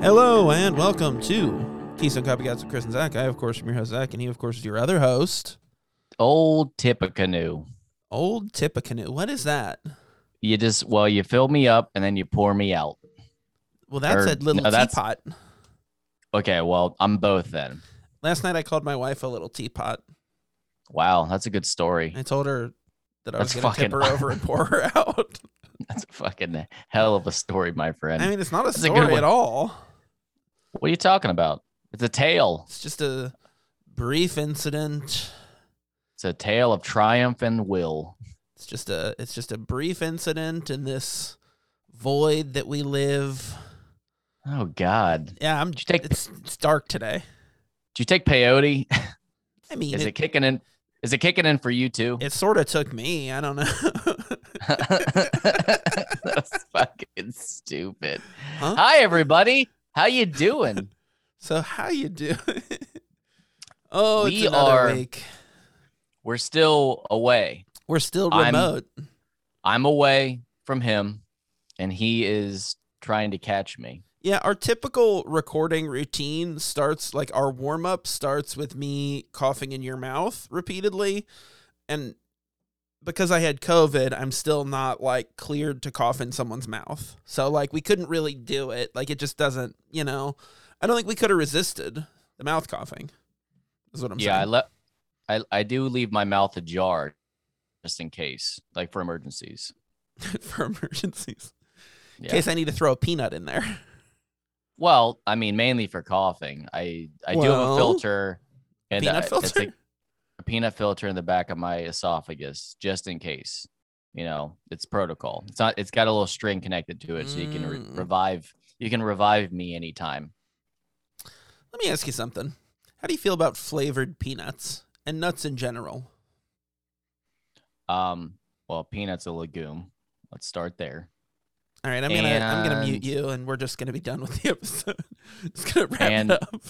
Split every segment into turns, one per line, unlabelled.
Hello and welcome to Keystone Copycats with Chris and Zach. I, of course, am your host, Zach, and he, of course, is your other host,
Old Tippecanoe.
Old Tippecanoe. What is that?
You just well, you fill me up and then you pour me out.
Well, that's
Or-
a little
Er, no, that's-
teapot.
Okay, well, I'm both then.
Last night I called my wife a little teapot.
Wow, that's a good story.
I told her that I was
That's
going to tip her
fucking-
over and pour her out.
That's a fucking hell of a story, my friend.
I mean, it's not a
That's a good
story
one.
at all.
what are you talking about? It's a tale.
It's just a brief incident.
It's a tale of triumph and will.
It's just a it's just a brief incident in this void that we live.
Oh God, did
Yeah, I'm.
you take-
It's, it's dark today.
you take peyote?
I mean,
Is
it-
it kicking in? Is it kicking in for you too?
It sort of took me. I don't know.
that's fucking stupid.
Huh?
Hi everybody, how you doing?
so how you do? oh, it's
We
another
are-
week.
We're still away.
We're still
I'm-
remote.
I'm away from him and he is trying to catch me.
yeah, our typical recording routine starts like our warm up starts with me coughing in your mouth repeatedly, and because I had COVID, I'm still not like cleared to cough in someone's mouth. So like we couldn't really do it. Like it just doesn't. You know, I don't think we could have resisted the mouth coughing. Is what I'm
yeah, I
saying.
let I, I do leave my mouth ajar just in case, like for emergencies.
for emergencies. In
Yeah.
case I need to throw a peanut in there.
Well, I mean mainly for coughing. I I do have
Well,
a filter and
peanut
I- it's like
filter?
a peanut filter in the back of my esophagus just in case. You know, it's protocol. It's not it's got a little string connected to it so you can re-
Mm.
revive you can revive me anytime.
Let me ask you something. How do you feel about flavored peanuts and nuts in general?
Um well, peanuts a legume. Let's start there.
All right, I'm gonna I'm gonna mute
And-
you, and we're just gonna be done with the episode. It's gonna wrap
And-
it up.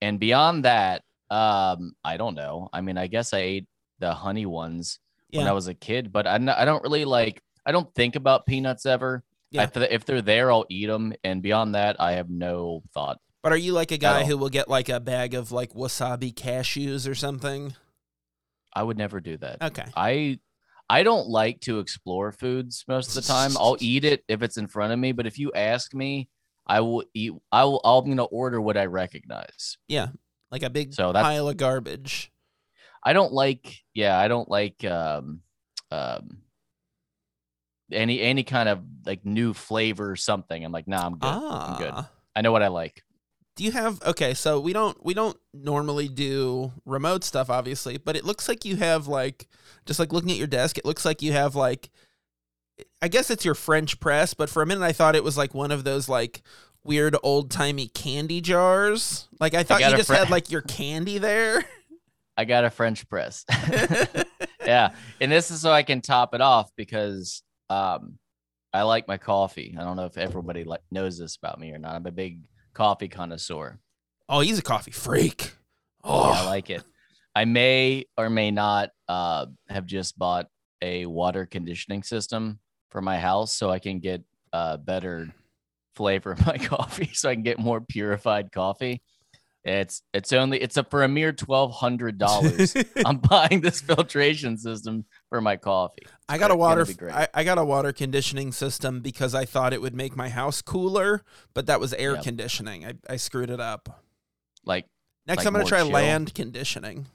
and beyond that um i don't know i mean i guess i ate the honey ones when
Yeah.
i was a kid but I n- I don't really like i don't think about peanuts ever
Yeah.
I th- if they're there i'll eat them and beyond that i have no thought
But are you like a guy
all.
who will get like a bag of like wasabi cashews or something?
i would never do that
Okay.
i i don't like to explore foods most of the time i'll eat it if it's in front of me but if you ask me i will eat i will i'm gonna order what i recognize
Like a big
so that's
pile of garbage.
I don't like yeah, I don't like um um any any kind of like new flavor or something. I'm like, nah, I'm good.
ah.
good. I know what I like.
Do you have okay, so we don't we don't normally do remote stuff obviously, but it looks like you have like just like looking at your desk, it looks like you have like I guess it's your French press, but for a minute I thought it was like one of those like weird old-timey candy jars. Like I thought
got
you
a
just
Fre-
had like your candy there.
I got a French press. yeah. And this is so I can top it off because um I like my coffee. I don't know if everybody like knows this about me or not. I'm a big coffee connoisseur.
oh, he's a coffee freak. Oh,
I like it. I may or may not uh, have just bought a water conditioning system for my house so I can get uh, better flavor of my coffee, so I can get more purified coffee. It's it's only it's a, for a mere twelve hundred dollars. I'm buying this filtration system for my coffee.
I got a
It's gonna
water.
be great.
I, I got a water conditioning system because I thought it would make my house cooler, but that was air
Yep.
conditioning. I, I screwed it up.
Like
Next,
Like
I'm gonna
more
try
chill?
land conditioning.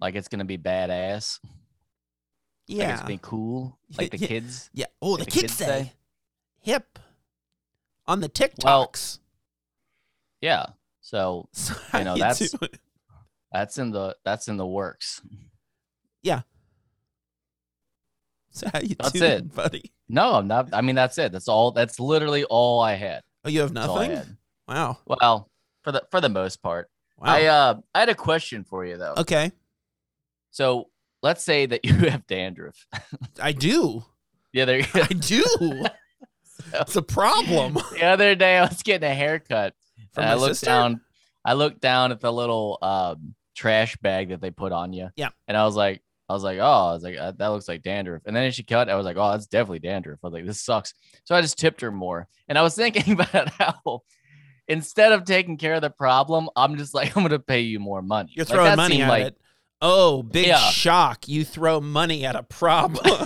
like it's gonna be badass. Like it's
Yeah,
gonna be cool. Like the
Yeah.
kids.
yeah. Oh, the,
the
kids,
kids
say,
say.
hip on the TikToks.
Well, Yeah. So
so how
know,
you
that's-
doing?
that's in the that's in the works.
so how you
that's
doing,
it.
buddy?
No, I'm not. I mean, that's it. That's all. That's literally all I had.
Oh, you have
That's all I
nothing.
had.
Wow.
Well, for the for the most part,
Wow.
I uh, I had a question for you though.
okay,
So let's say that you have dandruff.
I do.
The other
I do. it's a problem.
the other day, I was getting a haircut,
For
and
my
I looked
sister?
down. I looked down at the little um, trash bag that they put on you.
Yeah.
And I was like, I was like, oh, I was like, uh, that looks like dandruff. And then she cut. I was like, oh, that's definitely dandruff. I was like, this sucks. So I just tipped her more. And I was thinking about how instead of taking care of the problem, I'm just like, I'm gonna pay you more money.
You're
Like,
throwing
that
money
seemed
at
like-
it. Oh, big
Yeah.
shock. You throw money at a problem.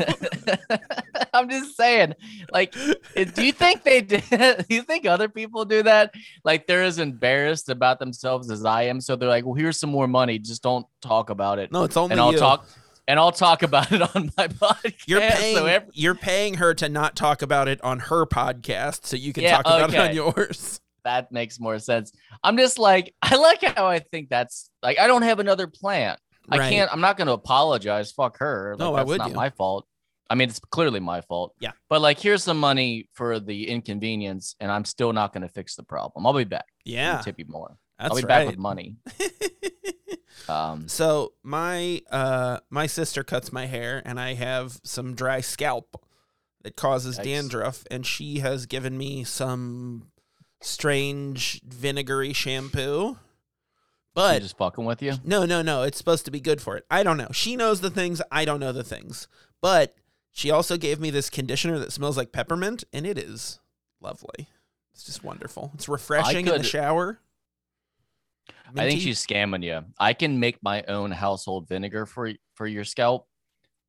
I'm just saying, like, it- do you think they did? Do you think other people do that? Like, they're as embarrassed about themselves as I am, so they're like, "Well, here's some more money. Just don't talk about it,
no, it's only
and I'll
you.
talk, and I'll talk about it on my podcast."
You're paying
So ev-
you're paying her to not talk about it on her podcast so you can
Yeah,
talk about it
okay.
on yours.
that makes more sense. I'm just like, I like how I think that's like, I don't have another plan. I
Right.
can't. I'm not going to apologize. Fuck her. Like,
No, why
that's
would
not
you?
my fault. I mean, it's clearly my fault.
Yeah.
But like, here's some money for the inconvenience, and I'm still not going to fix the problem. I'll be back. I'll
Yeah.
tip you more.
That's
I'll be
right.
back with money. Um,
so my uh my sister cuts my hair and I have some dry scalp that causes
Yikes.
dandruff and she has given me some strange vinegary shampoo.
you
But
just fucking with you.
No, no, no. It's supposed to be good for it. I don't know. She knows the things. I don't know the things. But she also gave me this conditioner that smells like peppermint, and it is lovely. It's just wonderful. It's refreshing in the
could-
shower.
I think
Minty.
she's scamming you. I can make my own household vinegar for y- for your scalp,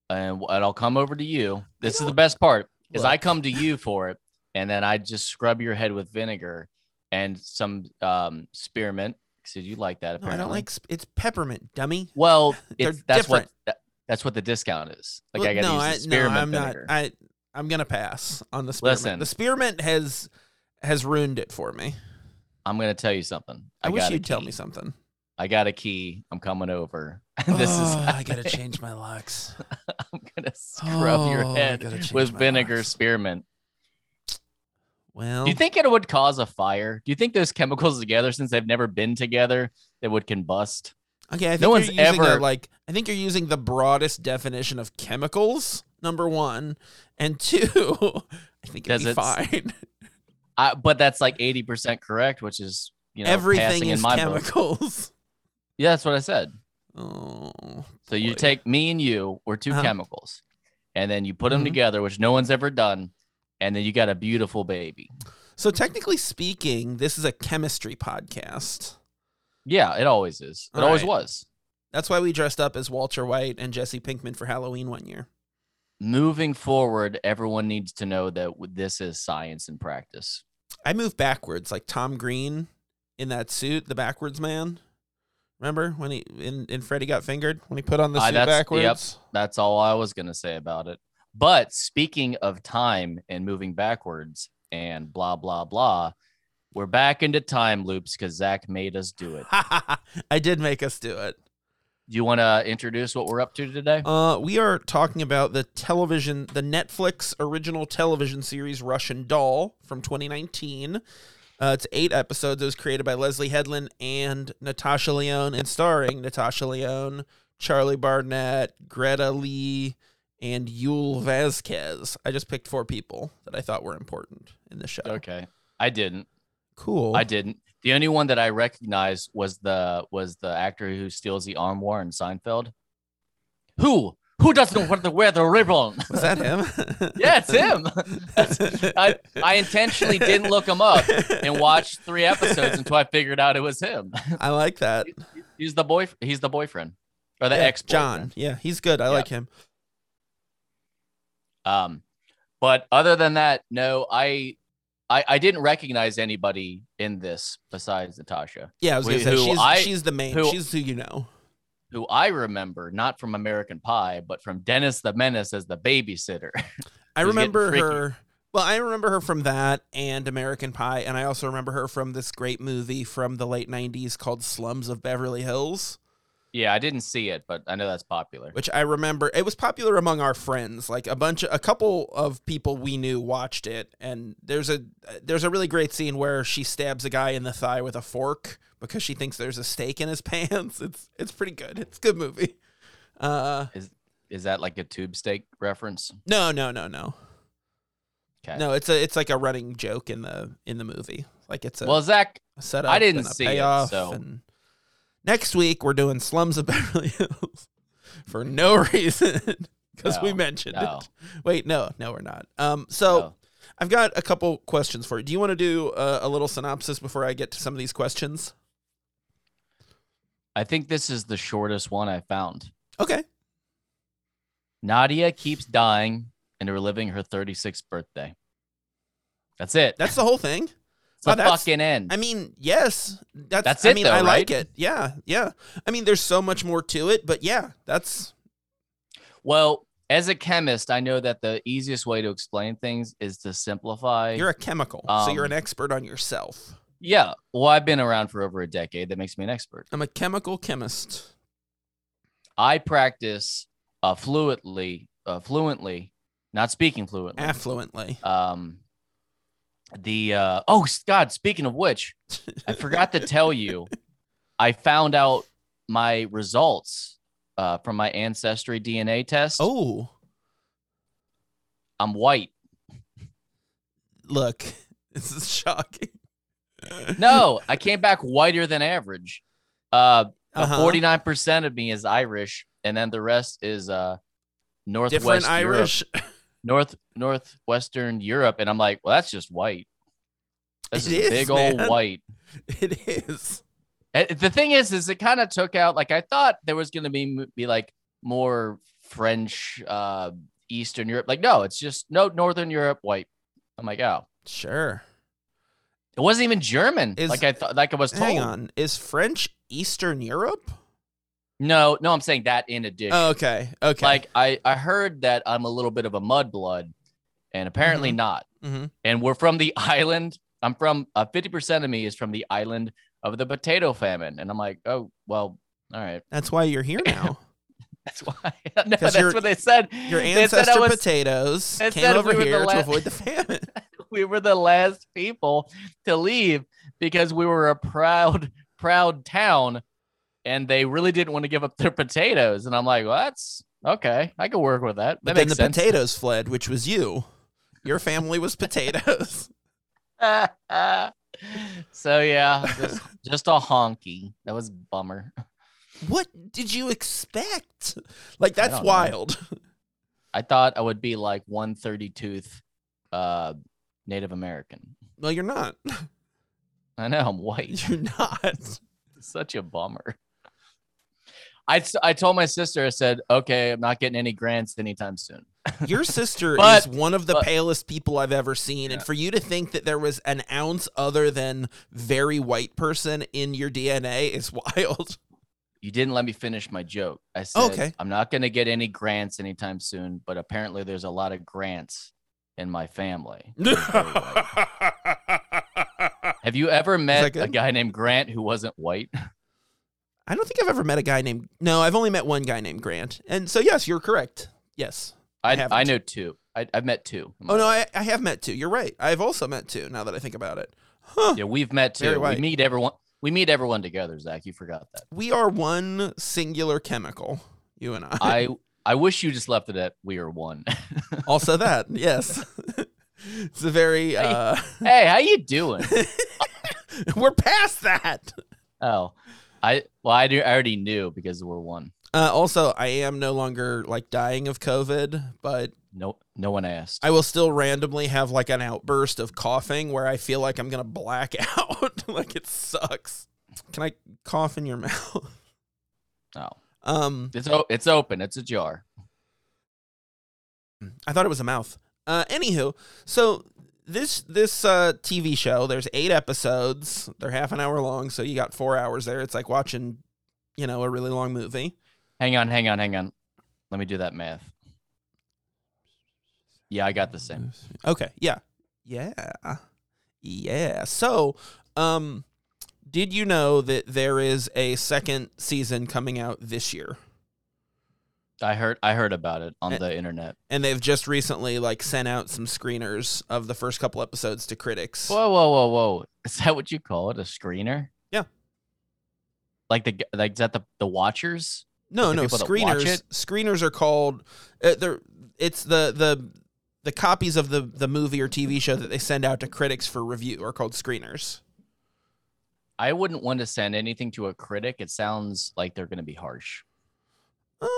and, and I'll come over to you. This is the
don't-
best part is I
Look.
come to you for it, and then I just scrub your head with vinegar and some um, spearmint. Cause you like that
No,
apparently.
I don't like. sp- It's peppermint, dummy.
Well,
They're
it's, that's what
different.
that, that's what the discount is. Like
Well,
I got to
no,
use the
I, no,
spearmint
I'm
vinegar.
not. I I'm gonna pass on the spearmint.
Listen.
the spearmint has has ruined it for me.
I, am gonna tell you something.
I,
I,
wish
got a
you'd tell
key.
me something.
I got a key. I'm coming over. And this is
Oh, I
how
gotta change my locks.
I'm gonna scrub your
Oh, I
head
gotta change
with
my
vinegar
locks.
spearmint.
Well,
Do you think it would cause a fire? Do you think those chemicals together, since they've never been together, they would combust?
Okay, I think
No
you're
one's
using the,
ever-
like I think you're using the broadest definition of chemicals. Number one and two, I think it'd
Does
be
it-
fine.
I, but that's like eighty percent correct, which is you know passing
Everything
in
is
my book.
chemicals.
Yeah, that's what I said.
Oh,
So you
boy.
take me and you, we're 2
Uh-huh.
chemicals, and then you put them
Mhm.
together, which no one's ever done, and then you got a beautiful baby.
So technically speaking, this is a chemistry podcast.
Yeah, it always is. It
All
always
right.
was.
That's why we dressed up as Walter White and Jesse Pinkman for Halloween one year.
Moving forward, everyone needs to know that w- this is science and practice.
I moved backwards like Tom Green in that suit, the backwards man. Remember when he in, in Freddy got fingered when he put on the
Ah,
suit
that's- yep.
backwards?
That's all I was going to say about it. But speaking of time and moving backwards and blah, blah, blah, we're back into time loops because Zach made us do it.
I did make us do it.
Do you want to introduce what we're up to today?
Uh, we are talking about the television, the Netflix original television series Russian Doll from 2019. Uh, it's eight episodes. It was created by Leslie Headland and Natasha Leone and starring Natasha Leone, Charlie Barnett, Greta Lee, and Yul Vasquez. I just picked four people that I thought were important in the show.
Okay. I didn't.
Cool.
I didn't. The only one that I recognized was the was the actor who steals the armoire in Seinfeld. Who? Who doesn't want to wear the ribbon?
Was that him?
yeah, it's him. I, I intentionally didn't look him up and watched three episodes until I figured out it was him.
I like that.
He's the boy. He's the boyfriend or the
Yeah,
ex
John. Yeah, he's good. I
Yeah.
like him.
Um, but other than that, no, I, I, I didn't recognize anybody in this besides Natasha,
Yeah, I was gonna
Wait,
say
who
she's,
I-
she's the main.
who-
she's who you know.
who I remember not from American Pie, but from Dennis the Menace as the babysitter.
I
who's getting
remember
freaky.
her. Well, I remember her from that and American Pie, and I also remember her from this great movie from the late '90s called Slums of Beverly Hills,
yeah, I didn't see it, but I know that's popular.
which I remember. It was popular among our friends. Like a bunch, of, a couple of people we knew watched it, and there's a there's a really great scene where she stabs a guy in the thigh with a fork because she thinks there's a steak in his pants. It's it's pretty good. It's a good movie. Uh,
Is that like a tube steak reference?
no, no, no, no.
Okay.
No, it's a it's like a running joke in the in the movie. Like it's a,
Well, Zach,
a setup.
I didn't
and a
see it,
payoff
so-
And next week we're doing Slums of Beverly Hills for no reason because we
No,
mentioned
no.
it. Wait, no, no, we're not. Um, so
no.
I've got a couple questions for you. Do you want to do a, a little synopsis before I get to some of these questions?
I think this is the shortest one I found.
Okay.
Nadia keeps dying and reliving her 36th birthday. That's it.
That's the whole thing.
That's
wow,
the
that's-
fucking end.
I mean, yes, that's,
That's
I
it
mean,
though,
I like
right?
it. Yeah, yeah. I mean, there's so much more to it, but yeah, that's
well, as a chemist, I know that the easiest way to explain things is to simplify.
you're a chemical, so you're an
Um,
expert on yourself.
yeah. Well, I've been around for over a decade. That makes me an expert.
I'm a chemical chemist.
I practice uh, fluently, uh, fluently, not speaking fluently.
affluently.
um, the uh, oh s- God, speaking of which, I forgot to tell you, I found out my results uh, from my ancestry DNA test.
Oh,
I'm white.
look, this is shocking.
No, I came back whiter than average. Uh,
Uh-huh.
49 percent of me is Irish, and then the rest is uh, northwest
different
Europe-
Irish.
north northwestern Europe, and I'm like, well, that's just white. That's
It
just
is,
big
man.
old white.
It is.
Uh, The thing is, is it kind of took out. Like I thought there was going to be m- be like more French, uh, Eastern Europe. Like no, it's just no Northern Europe white. I'm like, oh,
Sure.
it wasn't even German.
Is-
like I thought, like I was told.
Hang on. Is French Eastern Europe?
No, no, I'm saying that in addition.
Oh, okay. Okay.
Like I, I heard that I'm a little bit of a mudblood, and apparently not.
Mhm.
And we're from the island. I'm from uh, 50% of me is from the island of the potato famine, and I'm like, oh well, all right.
That's why you're here now.
That's why. no, that's
your-
what they said.
Your
They said I
ancestor
was-
potatoes
they
came
said
over
we were the
here to
la-
avoid the famine.
we were the last people to leave because we were a proud, proud town, and they really didn't want to give up their potatoes. And I'm like, well, that's okay. I could work with that.
But
That
then
makes
the
sense.
potatoes fled, which was you. Your family was potatoes.
so yeah, just, just a honky. That was a bummer.
what did you expect? Like
I
that's
don't know.
wild.
I thought I would be like 130 tooth, uh, Native American.
Well, you're not.
I know I'm white.
You're not.
such a bummer. I, s- I told my sister, I said, okay, I'm not getting any grants anytime soon.
Your sister
But-
is one of the
but-
palest people I've ever seen. And
Yeah.
for you to think that there was an ounce other than very white person in your DNA is wild.
You didn't let me finish my joke. I said,
Okay.
I'm not going to get any grants anytime soon, but apparently there's a lot of grants in my family.
I
Have you ever met a
good?
guy named Grant who wasn't white?
don't think I've ever met a guy named No, I've only met one guy named Grant. And so yes, you're correct. Yes.
I, I,
haven't.
know two. I, I've met two.
Oh no, I, I have met two. You're right. I've also met two now that I think about it. Huh.
Yeah, we've met
Very
two. We
white.
meet everyone. We meet everyone together, Zach. You forgot that.
We are one singular chemical, you and I.
I I wish you just left it at we are one.
also that, yes. it's a very uh
hey, how you doing?
we're past that.
Oh, I well, I, do, I already knew because we're one.
Uh, also, I am no longer like dying of COVID, but
No, no one asked.
I will still randomly have like an outburst of coughing where I feel like I'm gonna black out. like it sucks. Can I cough in your mouth?
No,
Um,
Oh, it's o- it's open. It's a jar.
I thought it was a mouth. Uh, anywho, so this this uh TV show, there's eight episodes. They're half an hour long, so you got four hours there. It's like watching, you know, a really long movie.
Hang on, hang on, hang on. Let me do that math. Yeah, I got the same.
Okay. Yeah. Yeah. Yeah. So, um, did you know that there is a second season coming out this year?
I heard I heard about it on
Eh.
the internet.
And they've just recently like sent out some screeners of the first couple episodes to critics.
Whoa, whoa, whoa, whoa! Is that what you call it? A screener?
Yeah.
Like the g- like is that the the watchers?
no,
the
no,
people that watch
screeners.
it?
Screeners are called. Uh, they're it's the the the copies of the the movie or TV show that they send out to critics for review are called screeners.
I wouldn't want to send anything to a critic. It sounds like they're going to be harsh.
Um,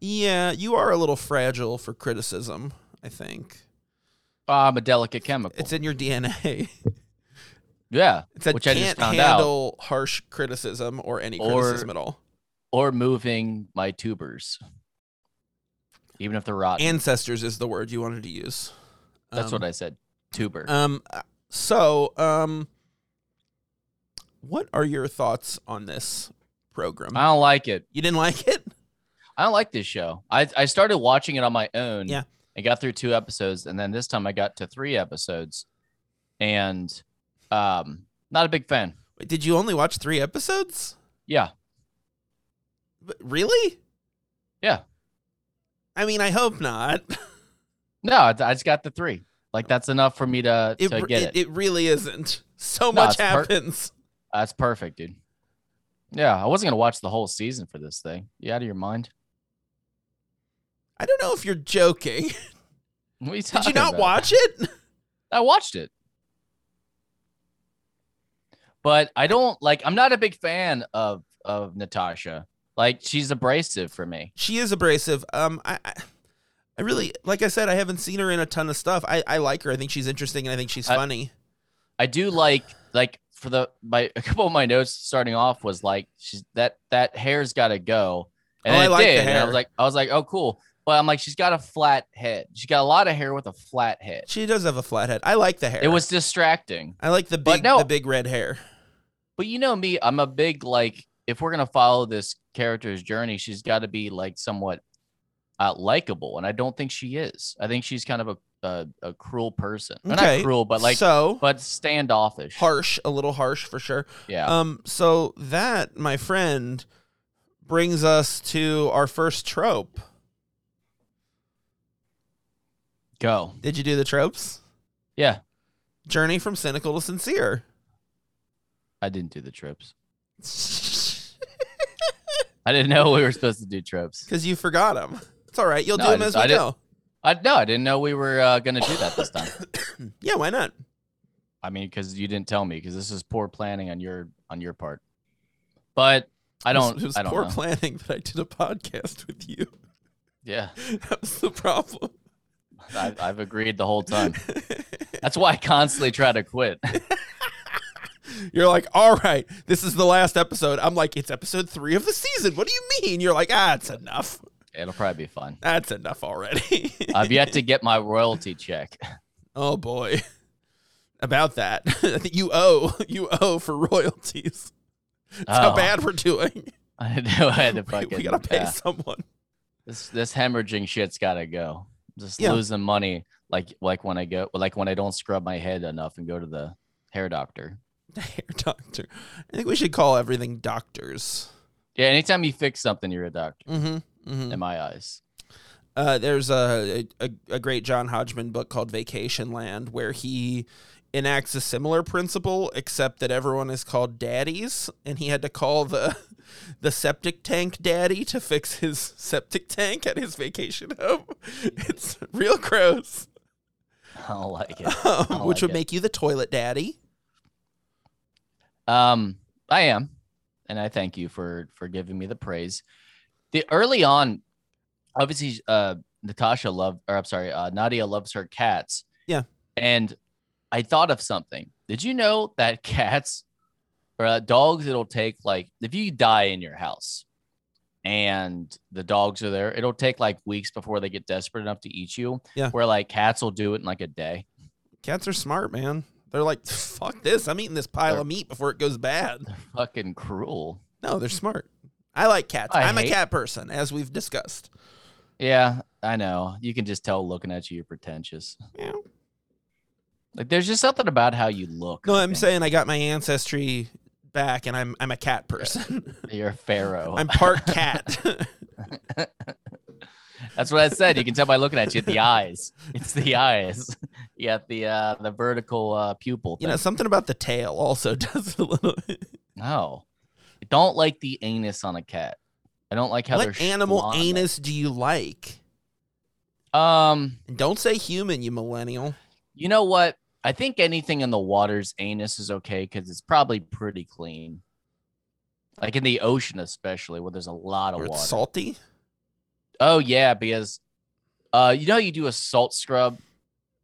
yeah, you are a little fragile for criticism, I think.
Ah, I'm a delicate chemical.
It's in your DNA.
yeah,
It's that
Which I
can't
just found out.
handle harsh criticism or any
Or-
criticism at all.
or moving my tubers, even if they're rotten.
Ancestors is the word you wanted to use.
That's what I said. Tuber.
Um. So, um, what are your thoughts on this program?
I don't like it.
you didn't like it?
I don't like this show. I I started watching it on my own.
Yeah.
I got through two episodes, and then this time I got to three episodes, and um, not a big fan.
Wait, Did you only watch three episodes?
Yeah,
But really?
Yeah.
I mean, I hope not.
no, I, I just got the three. Like that's enough for me to
It
to
it,
get it.
it. really isn't. So
No,
much
it's part-
happens.
That's perfect, dude. Yeah, I wasn't gonna watch the whole season for this thing. You out of your mind?
I don't know if you're joking.
What are you
Did you
talking
not
about?
watch it?
I watched it. But I don't like I'm not a big fan of of Natasha. Like she's abrasive for me.
She is abrasive. Um, I, I, I really, like I said, I haven't seen her in a ton of stuff. I, I like her. I think she's interesting and I think she's
I-
funny.
I do like like for the my a couple of my notes starting off was like she's that that hair's got to go. And
Oh,
it
I like the
did. And I
hair.
was like I was like oh cool. But I'm like she's got a flat head. She's got a lot of hair with a flat head.
She does have a flat head. I like the hair.
It was distracting.
I like the
But
big
no.
the big red hair.
But you know me, I'm a big like if we're gonna follow this character's journey, she's got to be like somewhat uh, likable, and I don't think she is. I think she's kind of a a, a cruel person, Or
Okay,
not cruel, but like
so
but standoffish.
harsh, a little harsh for sure.
yeah,
Um so that my friend brings us to our first trope.
go.
Did you do the tropes?
Yeah,
Journey from cynical to sincere.
I didn't do the tropes. I didn't know we were supposed to do tropes.
Cuz you forgot them. It's all right. You'll
No,
do
I
them as
just-
we
I
go.
didn't- I no, I didn't know we were uh, gonna do that this time.
Yeah, why not?
I mean, because you didn't tell me, because this is poor planning on your on your part. But I
It was-
don't.
It was
I don't
poor
know.
planning that I did a podcast with you.
yeah.
That was the problem.
I, I've agreed the whole time. That's why I constantly try to quit.
You're like, all right, this is the last episode. I'm like, it's episode three of the season. What do you mean? You're like, ah, it's enough.
It'll probably be fun.
That's enough already.
I've yet to get my royalty check.
oh boy, about that. I think you owe you owe for royalties. That's how
Oh,
bad we're doing.
I know I had to
We,
fucking.
we gotta pay
yeah.
someone.
this this hemorrhaging shit's gotta go. I'm just
Yeah.
losing money, like like when I go, like when I don't scrub my head enough and go to the hair doctor.
The hair doctor. I think we should call everything doctors.
Yeah, anytime you fix something, you're a doctor
Mm-hmm. mm-hmm.
in my eyes.
Uh, there's a, a a great John Hodgman book called Vacation Land where he enacts a similar principle, except that everyone is called daddies, and he had to call the the septic tank daddy to fix his septic tank at his vacation home. It's real gross,
I don't like it.
um,
I
which would
like it.
make you the toilet daddy.
Um, I am, and I thank you for for giving me the praise. The early on, obviously, uh, Natasha loved, or I'm sorry, uh, Nadia loves her cats.
Yeah.
and I thought of something. Did you know that cats or uh, dogs? It'll take like if you die in your house, and the dogs are there. It'll take like weeks before they get desperate enough to eat you.
Yeah.
where like cats will do it in like a day.
Cats are smart, man. They're like, fuck this. I'm eating this pile of meat before it goes bad.
Fucking cruel.
No, they're smart. I like cats.
I
I'm a
hate-
cat person, as we've discussed.
Yeah, I know. You can just tell looking at you, you're pretentious.
Yeah.
Like there's just something about how you look.
No,
I
I'm
think.
saying I got my ancestry back, and I'm I'm a cat person.
you're a pharaoh.
I'm part cat.
That's what I said. You can tell by looking at you at the eyes. It's the eyes. You got the uh the vertical uh pupil.
you
Thing.
know, something about the tail also does it a little.
no. I don't like the anus on a cat. I don't like how
what
they're
animal
schlong-
anus do you like?
Um,
And don't say human, you millennial.
you know what? I think anything in the water's anus is okay because it's probably pretty clean. Like in the ocean, especially where there's a lot of
Or
water.
it's salty.
Oh yeah, because uh, you know how you do a salt scrub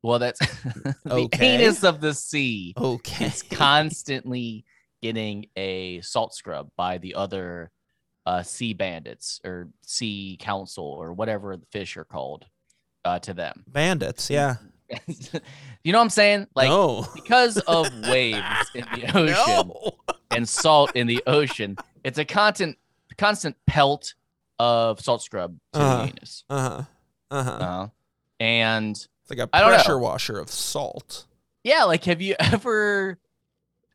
Well, that's the
Okay.
anus of the sea.
Okay.
It's constantly getting a salt scrub by the other uh, sea bandits or sea council or whatever the fish are called uh, to them.
Bandits, yeah.
you know what I'm saying? Like
no.
because of waves in the ocean
No.
and salt in the ocean, it's a constant constant pelt of salt scrub to
Uh-huh.
the anus.
Uh-huh. Uh-huh.
Uh-huh. And
It's like a
I don't know.
pressure washer of salt.
yeah, like have you ever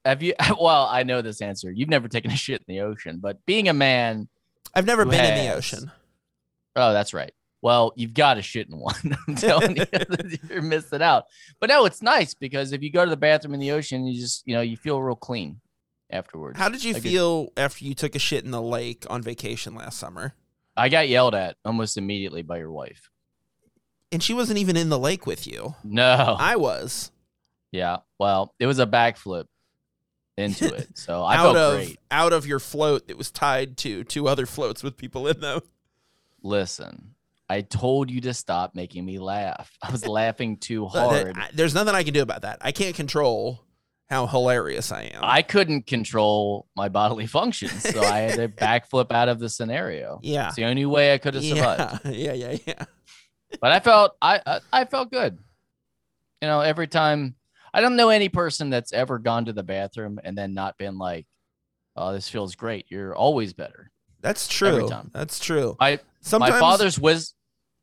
have you well, I know this answer. You've never taken a shit in the ocean, but being a man,
I've never
Who
been in the
has?
ocean.
oh, that's right. Well, you've got to shit in one. I'm telling you, you're missing out. But no, it's nice because if you go to the bathroom in the ocean, you just, you know, you feel real clean afterwards.
How did you
Like it-
feel after you took a shit in the lake on vacation last summer?
I got yelled at almost immediately by your wife.
And she wasn't even in the lake with you.
No.
I was
Yeah. Well, it was a backflip into it. So I
out
felt
of
great.
out of your float that was tied to two other floats with people in them.
Listen, I told you to stop making me laugh. I was laughing too
But that-
hard.
I- there's nothing I can do about that. I can't control how hilarious I am.
I couldn't control my bodily functions. So I had to backflip out of the scenario.
yeah.
It's the only way I could have survived.
Yeah, yeah, yeah, yeah.
But I felt I, I I felt good. You know, every time I don't know any person that's ever gone to the bathroom and then not been like, Oh, this feels great. You're always better.
That's
Every
true.
time.
That's true.
I
Sometimes
my father's wis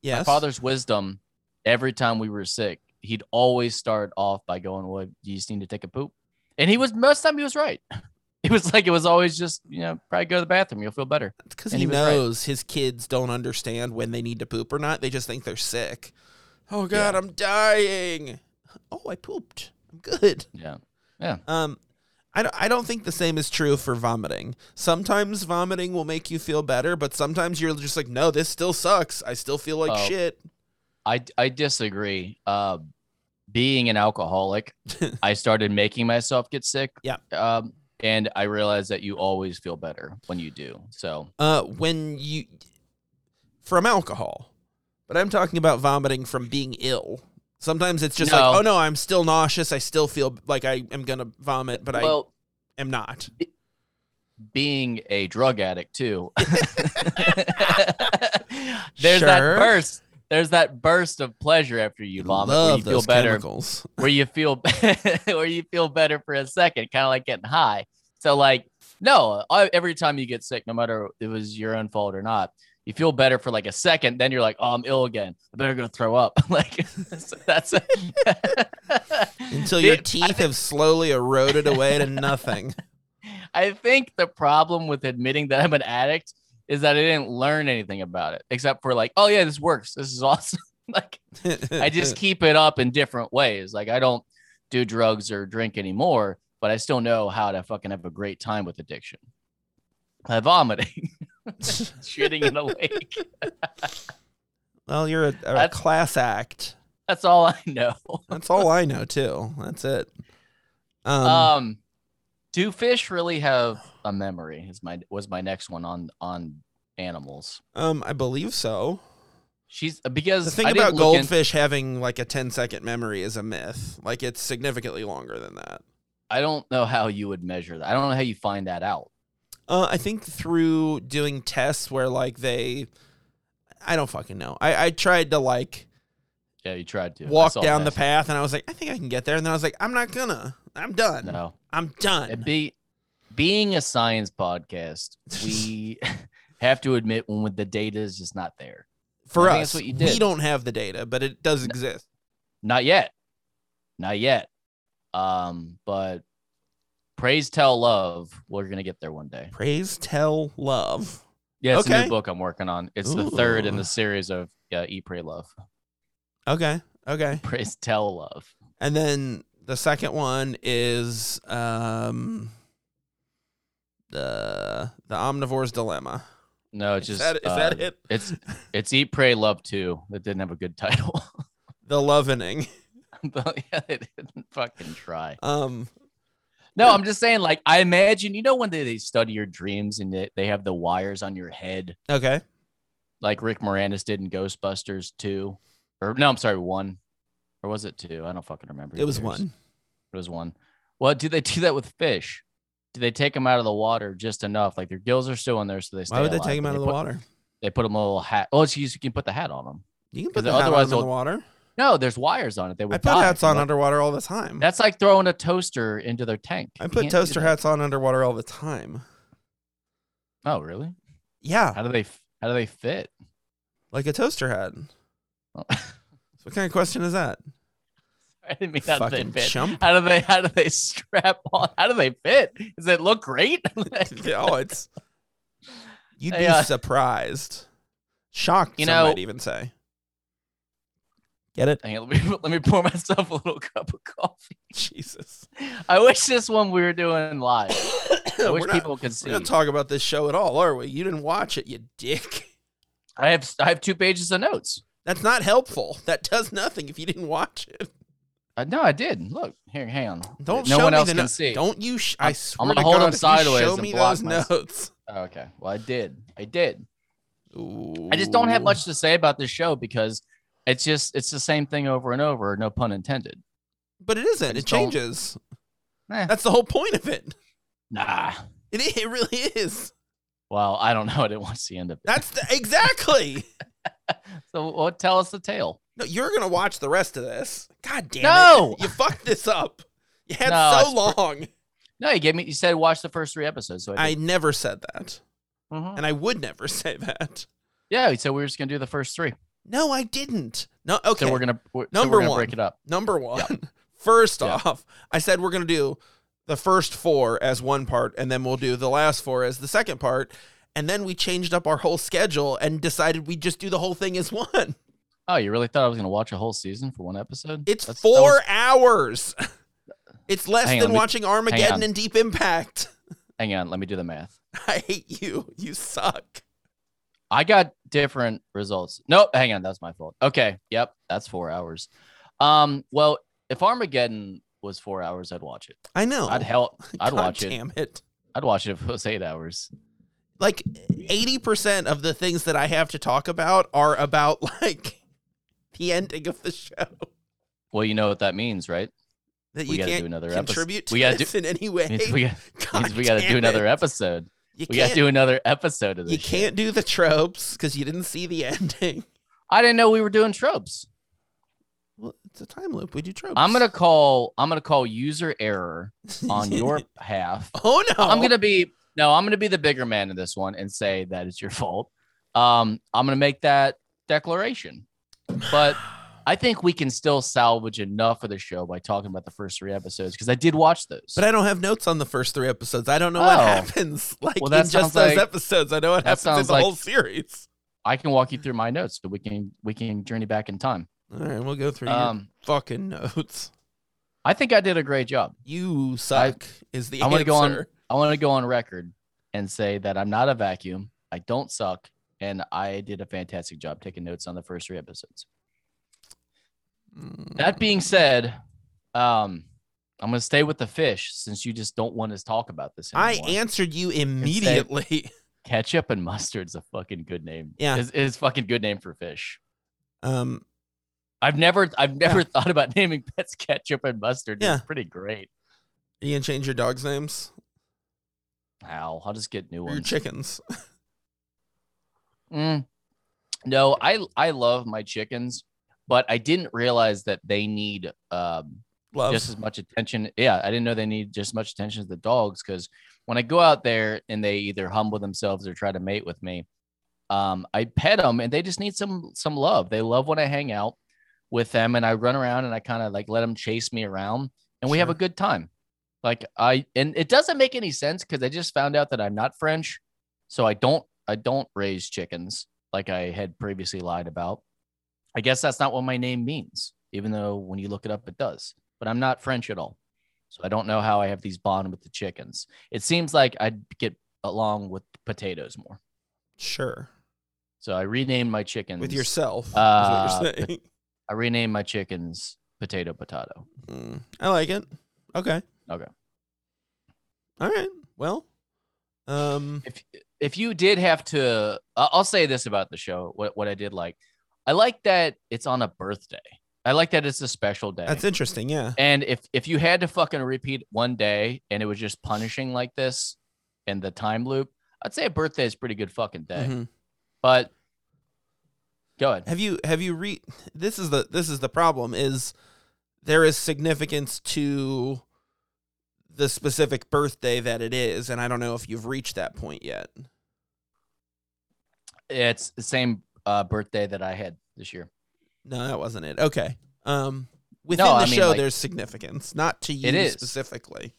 yes.
my father's wisdom every time we were sick he'd always start off by going well you just need to take a poop and he was most of the time he was right it was like it was always just you know probably go to the bathroom you'll feel better
because
and
he,
he was right.
knows his kids don't understand when they need to poop or not. They just think they're sick. Oh God, I'm dying. Oh, I pooped. I'm good.
yeah
Um, I don't, I don't think the same is true for vomiting. Sometimes vomiting will make you feel better, but sometimes you're just like, no, this still sucks. I still feel like
Oh.
shit.
i i disagree uh being an alcoholic i started making myself get sick
Yeah.
um and i realized that you always feel better when you do so
Uh, when you from alcohol, but I'm talking about vomiting from being ill. Sometimes it's just
No.
like, oh no, I'm still nauseous. I still feel like I am gonna vomit, but
well
I am not.
being a drug addict too. There's that
Sure.
burst. There's that burst of pleasure after you vomit where you feel better,
chemicals.
where you feel where you feel better for a second, kind of like getting high. So like, no, I- every time you get sick, no matter it was your own fault or not, you feel better for like a second. Then you're like, oh, I'm ill again. I better go throw up. like so that's
Until your
Dude, I
teeth have slowly eroded away to nothing.
I think the problem with admitting that I'm an addict is that I didn't learn anything about it, except for like, oh yeah, this works. This is awesome. like I just keep it up in different ways. Like I don't do drugs or drink anymore, but I still know how to fucking have a great time with addiction. By vomiting, shitting in the lake.
well, you're a, a
That's-
class act.
That's all I know.
That's all I know too. That's it. Um,
Um, do fish really have a memory? Is my was my next one on on animals?
um, I believe so.
She's because
The thing
I didn't
about
look in-
goldfish having like a 10 second memory is a myth. Like it's significantly longer than that.
I don't know how you would measure that. I don't know how you find that out.
Uh, I think through doing tests where like they, I don't fucking know. I, I tried to like
Yeah, you tried to I
walk
saw
down the
that.
path and I was like, I think I can get there. And then I was like, I'm not gonna. I'm done.
No,
I'm done.
it be being a science podcast, we have to admit when the data is just not there.
For
I think
us,
that's what you
we
did.
don't have the data, but it does exist.
Not yet, not yet. Um, but praise, tell, love. We're gonna get there one day.
Praise, tell, love.
Yeah, it's a
Okay.
new book I'm working on. It's the third in
Ooh.
the series of uh, Eat, Pray, Love.
Okay, okay.
Praise, tell, love.
And then the second one is um the the omnivore's dilemma.
No, it's
Is
just
that, is
uh,
that it?
It's it's Eat, Pray, Love too. That didn't have a good title.
The lovening.
But, yeah, they didn't fucking try.
Um,
No, I'm just saying, like, I imagine, you know, when they, they study your dreams and they, they have the wires on your head,
okay.
like Rick Moranis did in Ghostbusters 2. Or, no, I'm sorry, 1. or was it two? I don't fucking remember.
It
Who
was
cares?
one.
It was one. Well, do they do that with fish? Do they take them out of the water just enough? Like their gills are still in there, so they stay.
Why would they
alive,
take him
but
out of the
put-
water?
They put them a little hat. Oh, it's used. You can put the hat on them.
You can
'Cause
put the hat on
otherwise
him in the
they'll-
water.
No, there's wires on it. They would
I put
die
hats
from
on
what-
underwater all the time.
That's like throwing a toaster into their tank.
I
You
put
can't do
toaster
that.
hats on underwater all the time.
Oh, really?
Yeah,
How do they? f- How do they fit?
like a toaster hat.
Oh.
What kind of question is that?
I didn't mean how do they
Fucking
fit.
chump.
How do they? How do they strap on? How do they fit? Does it look great?
oh, it's you'd be
Hey, uh,
surprised, shocked.
You
You know,
know-
might even say. Get it?
Hang on, let me let me pour myself a little cup of coffee.
Jesus.
I wish this one we were doing live. I
we're
wish
not,
people could see.
we're not talking about this show at all, are we? You didn't watch it, you dick.
I have I have two pages of notes.
That's not helpful. That does nothing if you didn't watch it.
Uh, no, I did. Look here, hang on.
Don't
no
show
one
me
else
the
can
no-
see.
Don't you? Sh- I
I'm- I'm
swear
gonna
to
hold
God,
them
if you
sideways
Show
and
me
block
those
myself.
notes.
Oh, okay. Well, I did. I did. I just don't have
Ooh.
much to say about this show because it's just it's the same thing over and over. No pun intended.
But it isn't. It
just don't-
changes.
Eh,
That's the whole point of it.
nah.
It i- it really is.
Well, I don't know. I didn't watch the end of
That's the, exactly.
it. So, well, tell us the tale.
No, you're gonna watch the rest of this. God damn
No!
it! You fucked this up. You had
No,
so long.
No, you gave me. You said watch the first three episodes. So I.
I
did.
never said that,
Mhm.
and I would never say that.
Yeah. So we are just gonna do the first three.
No, I didn't. No, okay.
So we're gonna we're, so
Number
we're gonna
one.
break it up.
Number one, first
Yeah.
off, I said we're going to do the first four as one part, and then we'll do the last four as the second part. And then we changed up our whole schedule and decided we'd just do the whole thing as one.
Oh, you really thought I was gonna watch a whole season for one episode?
It's
That's- that
four
was-
hours. It's less
Hang on,
than
let me-
watching Armageddon
on.
and Deep Impact.
hang on. Let me do the math.
I hate you. You suck.
I got different results. Nope, hang on, that's my fault. Okay, yep, that's four hours. Um, well, if Armageddon was four hours, I'd watch it.
I know.
I'd help. I'd
Oh God
watch it.
Damn it.
I'd watch it if it was eight hours.
Like 80% of the things that I have to talk about are about like the ending of the show.
Well, you know what that means, right?
that
We
you
gotta do
can't
another episode.
contribute to
We gotta
this in any way.
Means we, got-
God
means we got to
damn
do another
it.
episode.
You
We got
can't,
to do another episode of this.
you
shit.
can't do the tropes because you didn't see the ending.
I didn't know we were doing tropes.
Well, it's a time loop. We do tropes.
I'm gonna call. I'm gonna call user error on your behalf.
oh no!
I'm gonna be no, I'm gonna be the bigger man in this one and say that it's your fault. Um, I'm gonna make that declaration, but I think we can still salvage enough of the show by talking about the first three episodes because I did watch those.
But I don't have notes on the first three episodes. I don't know what
Oh.
happens. Like
Well, that
in just
sounds
those
like-
episodes, I know what
that
happens in
sounds
the
like-
whole series.
I can walk you through my notes so we can we can journey back in time.
All right, we'll go through your
Um,
fucking notes.
I think I did a great job.
You suck is the
I
answer.
wanna go on- I want to go on record and say that I'm not a vacuum. I don't suck, and I did a fantastic job taking notes on the first three episodes.
Mm.
That being said, um, I'm gonna stay with the fish since you just don't want to talk about this
I
anymore.
answered you immediately.
ketchup and mustard's a fucking good name.
Yeah.
is, is fucking good name for fish.
Um,
I've never, I've never thought about naming pets ketchup and mustard.
Yeah.
It's pretty great.
you gonna change your dog's names
Ow, I'll just get new
or your
ones.
chickens?
Mm. No, I, I love my chickens, but I didn't realize that they need um,
Love.
just as much attention. Yeah, I didn't know they need just as much attention as the dogs because when I go out there and they either humble themselves or try to mate with me, um, I pet them and they just need some some love. They love when I hang out with them and I run around and I kind of like let them chase me around and we have a
Sure.
good time. Like I and it doesn't make any sense because I just found out that I'm not French, so I don't I don't raise chickens like I had previously lied about. I guess that's not what my name means, even though when you look it up, it does but I'm not French at all. So I don't know how I have these bond with the chickens. It seems like I'd get along with potatoes more.
Sure.
So I renamed my chickens.
With yourself. is
Uh,
what you're saying.
I renamed my chickens potato potato.
Mm, I like it. Okay.
Okay.
All right. Well, um,
If if you did have to, I- I'll say this about the show. What what I did like, I like that it's on a birthday. I like that it's a special day.
That's interesting. Yeah.
And if if you had to fucking repeat one day and it was just punishing like this in the time loop, I'd say a birthday is a pretty good fucking day.
Mhm.
But go ahead.
Have you have you read? This is the this is the problem. Is there is significance to the specific birthday that it is, and I don't know if you've reached that point yet.
It's the same uh, birthday that I had this year.
No, that wasn't it. Okay. Um, within
No,
the
I mean,
show,
like-
there's significance, not to you
It is.
specifically.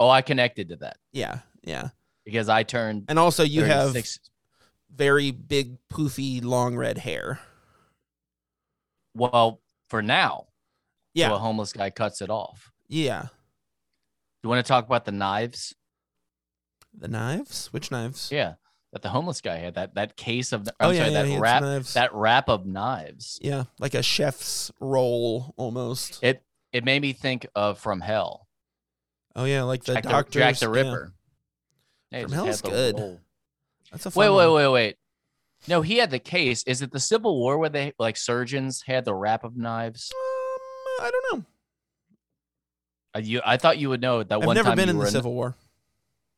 Oh, I connected to that
Yeah, yeah.
because I turned.
And also, you have
36
very big, poofy, long red hair.
well for now.
Yeah.
till a homeless guy cuts it off.
Yeah.
You want to talk about the knives?
The knives? Which knives?
Yeah, that the homeless guy had that that case of.
oh
I'm
yeah,
sorry,
yeah,
that
he had
wrap
knives.
that wrap of knives.
yeah, like a chef's roll almost.
It it made me think of From Hell.
Oh yeah, like the
Jack the,
doctor
Jack the Ripper. They
From
just
Hell's
had the
good.
roll.
That's a fun
Wait,
one.
wait, wait, wait. No, he had the case. Is it the Civil War where they like surgeons had the wrap of knives?
Um, I don't know.
Uh, you, I thought you would know that
I've
one
never
time
been
you
in
were
the
an-
Civil War.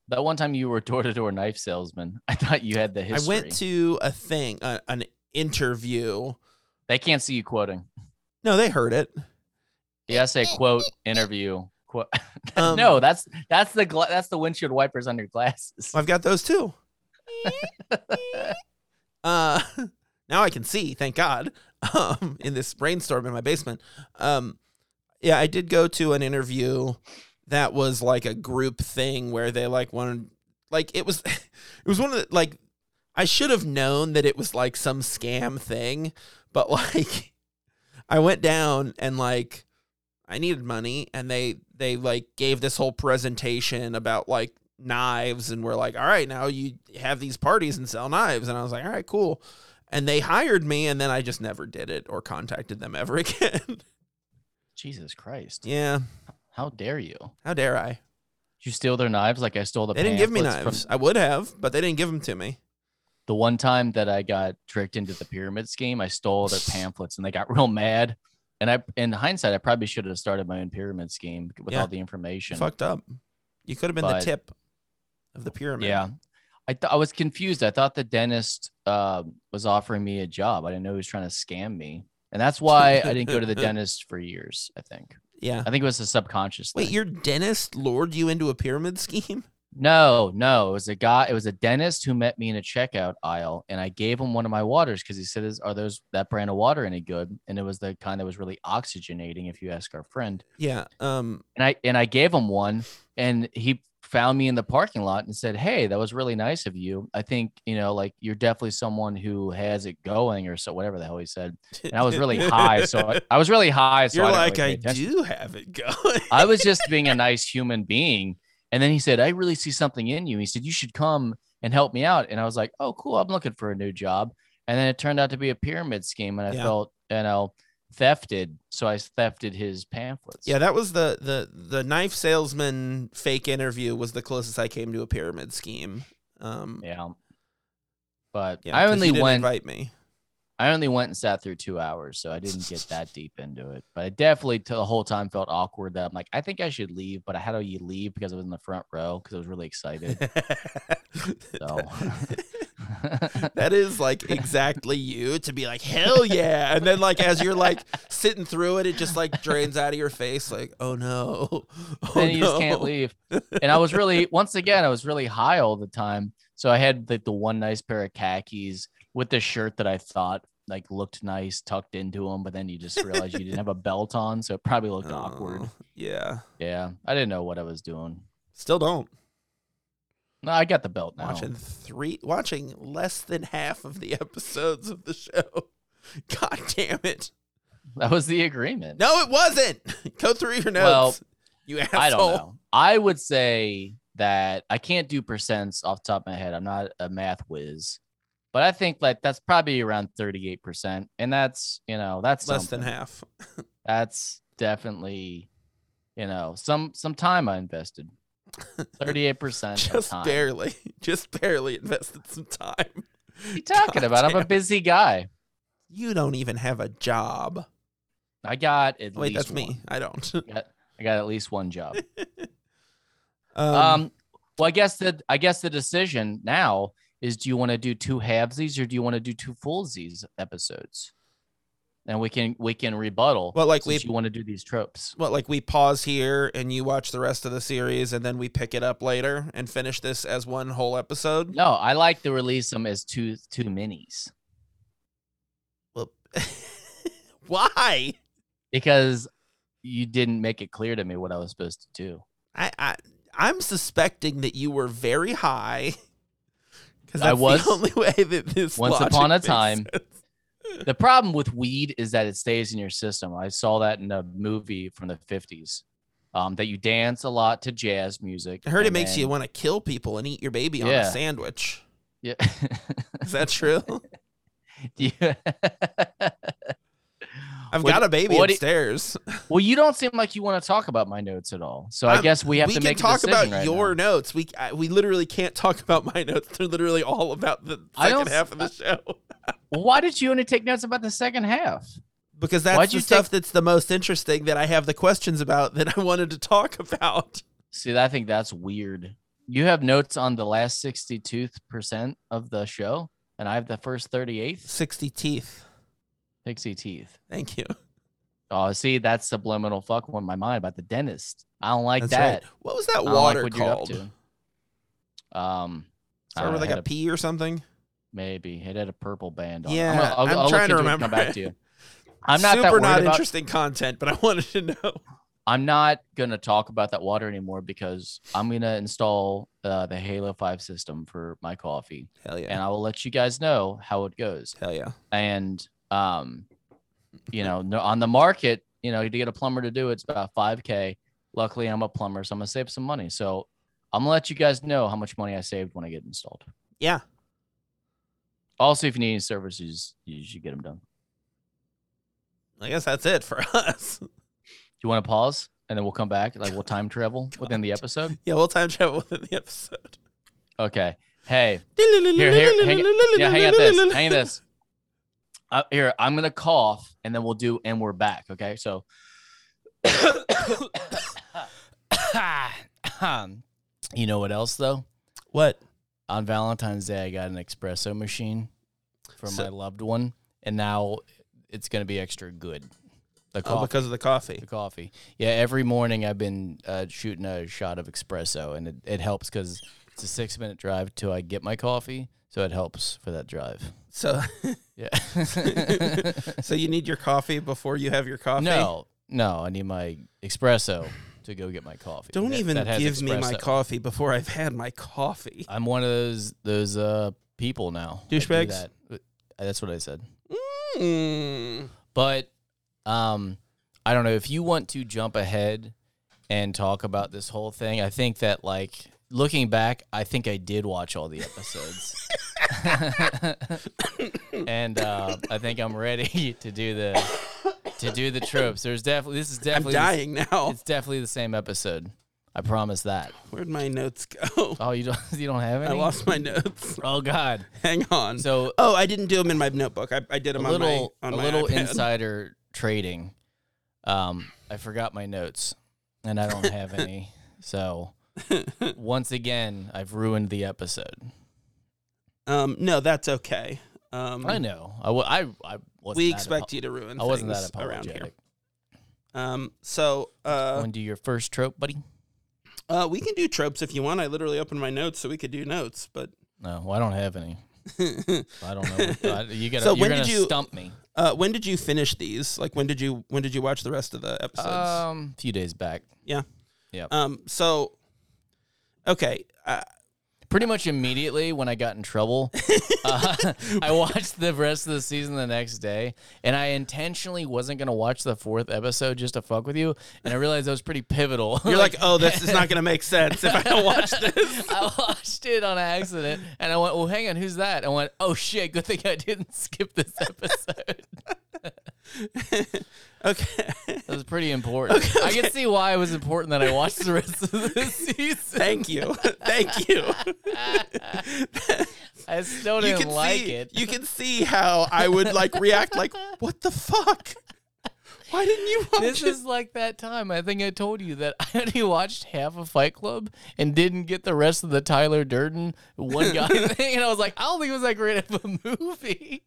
that one time you were door to door knife salesman. I thought you had the history.
I went to a thing, a, an interview.
They can't see you quoting.
No, they heard it.
Yeah, I say quote interview. Quote.
Um,
no, that's that's the gla- that's the windshield wipers on your glasses.
I've got those too. uh, now I can see, thank God. Um, in this brainstorm in my basement. Um, yeah, I did go to an interview that was like a group thing where they like wanted, like it was, it was one of the like, I should have known that it was like some scam thing, but like, I went down and like, I needed money, and they they like gave this whole presentation about like knives, and we're like, all right, now you have these parties and sell knives, and I was like, all right, cool, and they hired me, and then I just never did it or contacted them ever again.
Jesus Christ!
yeah,
How dare you? Did
how dare I?
you steal their knives like I stole the?
they didn't give me
pamphlets
knives.
from-
I would have, but they didn't give them to me.
the one time that I got tricked into the pyramid scheme, I stole their pamphlets and they got real mad. And I, in hindsight, I probably should have started my own pyramid scheme with
Yeah.
all the information.
Fucked up. You could have been
But-
the tip of the pyramid.
yeah. I, th- I was confused. I thought the dentist uh, was offering me a job. I didn't know he was trying to scam me. And that's why I didn't go to the dentist for years, I think.
yeah.
I think it was a subconscious
Wait,
thing.
your dentist lured you into a pyramid scheme?
No, no, it was a guy. It was a dentist who met me in a checkout aisle, and I gave him one of my waters because he said, "Is are those that brand of water any good?" And it was the kind that was really oxygenating, if you ask our friend.
Yeah. Um.
And I and I gave him one, and he found me in the parking lot and said, "Hey, that was really nice of you. I think you know, like you're definitely someone who has it going, or so whatever the hell he said." And I was really high, so I, I was really high. So
You're
I
like,
didn't really pay
I
attention."
do have it going.
I was just being a nice human being. And then he said, I really see something in you. He said, You should come and help me out. And I was like, Oh, cool. I'm looking for a new job. And then it turned out to be a pyramid scheme. And I
Yeah.
felt, you know, thefted. So I thefted his pamphlets.
Yeah, that was the the the knife salesman fake interview was the closest I came to a pyramid scheme. Um,
Yeah. But
yeah,
I
'cause
only
you didn't
went,
invite me.
I only went and sat through two hours. So I didn't get that deep into it. But I definitely, to the whole time, felt awkward that I'm like, I think I should leave. But how do you leave? Because I was in the front row because I was really excited. So.
that is like exactly you to be like hell yeah and then like as you're like sitting through it it just like drains out of your face like oh no oh,
then you just can't
no.
leave. And I was really, once again, I was really high all the time. So I had like the one nice pair of khakis with the shirt that I thought like looked nice tucked into them, but then you just realized you didn't have a belt on, so it probably looked awkward.
Oh, yeah
Yeah, I didn't know what I was doing.
still don't
No, I got the belt now.
watching three watching less than half of the episodes of the show god damn it
That was the agreement.
no it wasn't go through your notes
Well,
you asshole
I don't know. I would say that I can't do percents off the top of my head. I'm not a math whiz, but I think like that's probably around 38%. And that's, you know, that's
less
something.
than half
that's definitely you know some some time i invested 38% of
just
time what
barely just barely invested some time
are you talking about i'm a
Goddamn.
busy guy
you don't even have a job
I got at
Wait,
least
that's me.
one.
I don't.
I got, I got at least one job.
Um,
Um, well, I guess that I guess the decision now is: do you want to do two halvesies or do you want to do two fullsies episodes? And we can we can rebuttal.
Well, like,
since
we-
you want to do these tropes.
what like we pause here and you watch the rest of the series and then we pick it up later and finish this as one whole episode.
No, I like to release them as two two minis
Well, why?
because you didn't make it clear to me what I was supposed to do.
I, I I'm suspecting that you were very high. Because
I
that's
was.
the only way that this
Once
logic
upon a
makes
time.
sense.
The problem with weed is that it stays in your system. I saw that in a movie from the fifties. Um, that you dance a lot to jazz music.
I heard it
and
makes you
then-
want to kill people and eat your baby on a
Yeah.
sandwich.
Yeah.
Is that true?
Yeah.
I've
What-
got a baby
what do-
upstairs.
Well, you don't seem like you want to talk about my notes at all. So
I'm-
I guess we have
we
to
can
make a
talk
decision
about
right
your
now.
notes. We I, we literally can't talk about my notes. They're literally all about the
I
second
don't-
half of the show
Well, Why did you only take notes about the second half?
because that's
Why'd
the
you
stuff that's the most interesting that I have the questions about that I wanted to talk about.
See, I think that's weird. You have notes on the last 62th percent of the show, and I have the first 38th.
Sixty teeth.
Pixie teeth.
Thank you.
Oh, see, that's subliminal fuck on my mind about the dentist. I don't like
That's
that.
right. What was that
I don't like
water
what you're up
called? Start
to. Um, I
with
don't know,
like
had
a P or something.
Maybe it had a purple band on.
Yeah,
it. I'm, gonna-
I'm
I'll, I'll
trying to
look into it and Come
remember.
back to you. I'm not that
super
worried
not
about.
interesting content, but I wanted to know.
I'm not gonna talk about that water anymore because I'm gonna install uh, the Halo Five system for my coffee,
Hell
and I will let you guys know how it goes.
Hell yeah.
And um, you know, no, on the market, you know, to get a plumber to do it's about five k. Luckily, I'm a plumber, so I'm gonna save some money. So I'm gonna let you guys know how much money I saved when I get installed.
Yeah.
Also, if you need any services, you should get them done.
I guess that's it for us.
Do you want to pause and then we'll come back? Like we'll time travel within the episode.
Yeah, we'll time travel within the episode.
Okay. Hey,
Here,
here, hang- yeah, hang out this, hang out this. Uh, here, I'm gonna cough and then we'll do, and we're back. Okay, so. Um, you know what else though?
What?
On Valentine's Day, I got an espresso machine for
So-
my loved one, and now it's gonna be extra good. The
Oh,
coffee.
because of the coffee.
The coffee. Yeah, every morning I've been uh, shooting a shot of espresso, and it, it helps because it's a six minute drive till I get my coffee. So it helps for that drive.
So,
Yeah.
so you need your coffee before you have your coffee.
no, no, I need my espresso to go get my coffee.
don't
That-
even
that has
give me my
espresso.
coffee before I've had my coffee.
I'm one of those those uh people now. that do
Douchebags?
that. Uh, That's what I said. Hmm.
Mm.
But um, I don't know if you want to jump ahead and talk about this whole thing. I think that like looking back, I think I did watch all the episodes, and uh, I think I'm ready to do the to do the tropes. There's definitely this is
I'm
definitely
dying now.
it's definitely the same episode. I promise that.
Where'd my notes go?
Oh, you don't you don't have any?
I lost my notes.
Oh God.
Hang on.
So
oh, I didn't do them in my notebook. I, I did them on
a little
my on
a
my
little
iPad.
insider trading. Um, I forgot my notes, and I don't have any. So once again, I've ruined the episode.
Um, no, that's okay. Um,
I know. I wa- I I wasn't
we
that
expect you to ruin
apo- I wasn't
things
that
around here.
apologetic.
Um, so uh,
Want to do your first trope, buddy?
uh, we can do tropes if you want. I literally opened my notes so we could do notes, but
No, well, I don't have any. I don't know. What, I, you gotta.
So
you're
when
gonna
did you-
stump me?
uh, when did you finish these? Like when did you when did you watch the rest of the episodes?
Um, a few days back,
um, so okay, uh,
pretty much immediately when I got in trouble, uh, I watched the rest of the season the next day, and I intentionally wasn't gonna watch the fourth episode just to fuck with you, and I realized that was pretty pivotal.
you're like, oh, this is not going to make sense if I don't watch this.
I watched it on accident, and I went, "Well, hang on, who's that?" I went, "Oh shit, good thing I didn't skip this episode.
okay,
That was pretty important. I can see why it was important that I watched the rest of the season.
thank you, thank you.
I still
you
didn't like
see,
it.
You can see how I would like react like, what the fuck? Why didn't you watch
This
it?
is like that time. I think I told you that I only watched half of Fight Club and didn't get the rest of the Tyler Durden one guy thing. And I was like, I don't think it was that great of a movie.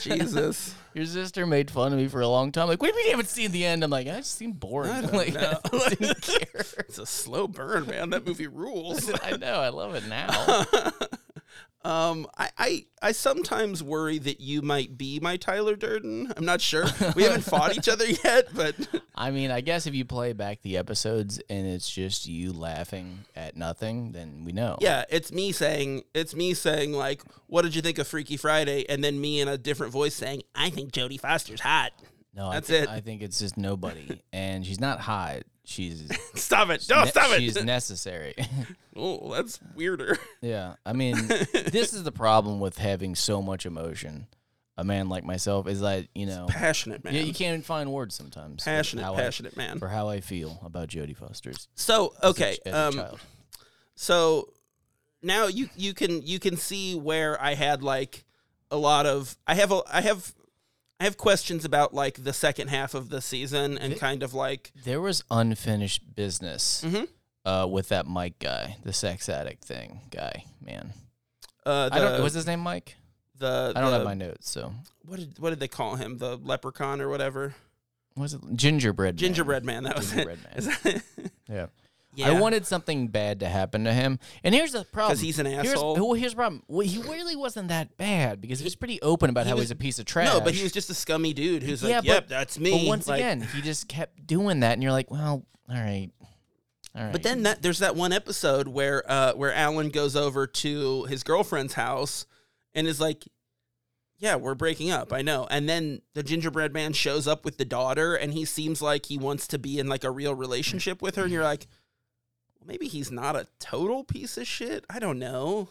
Jesus.
Your sister made fun of me for a long time. Like, what do you mean you haven't seen the end? I'm like, I just seem bored.
I don't
like,
know.
I didn't care.
It's a slow burn, man. That movie rules.
I know. I love it now.
um, I, I I sometimes worry that you might be my Tyler Durden. I'm not sure. We haven't fought each other yet, but
I mean, I guess if you play back the episodes and it's just you laughing at nothing, then we know.
yeah, it's me saying it's me saying like, "What did you think of Freaky Friday?" And then me in a different voice saying, "I think Jodie Foster's hot."
No, I
That's
thi-
it.
I think it's just nobody, and she's not hot. She's
Stop it! No,
ne-
Oh, stop
She's
it!
necessary.
oh, that's weirder.
yeah, I mean, this is the problem with having so much emotion. A man like myself is like, you know,
Passionate man.
Oh. yeah, you can't even find words sometimes. for
passionate,
how I-
passionate man.
for how I feel about Jodie Foster's.
So
as a
okay,
ch- as a
um,
child.
so now you you can you can see where I had like a lot of I have a I have I have questions about like the second half of the season and kind of like
There was unfinished business
Mhm.
uh, with that Mike guy, the sex addict thing guy. Man,
uh the
I don't. Was his name Mike?
the
I don't
the,
have my notes. So
what did what did they call him the leprechaun or whatever
was it gingerbread? Man.
gingerbread man that was
Gingerbread
it. Is that-
Yeah.
yeah
I wanted something bad to happen to him, and here's the problem.
because he's an
Here's,
asshole.
well, here's the problem. Well, he really wasn't that bad because he was pretty open about
he
how
was-
he's a piece of trash.
No, but he was just a scummy dude who's like,
Yeah, but-
"Yep, that's me."
But once
Like,
again, he just kept doing that, and you're like, well, all right, all right.
But then that there's that one episode where uh where Alan goes over to his girlfriend's house and is like, "Yeah, we're breaking up. I know." And then the gingerbread man shows up with the daughter and he seems like he wants to be in like a real relationship with her and you're like, "Well, maybe he's not a total piece of shit. I don't know."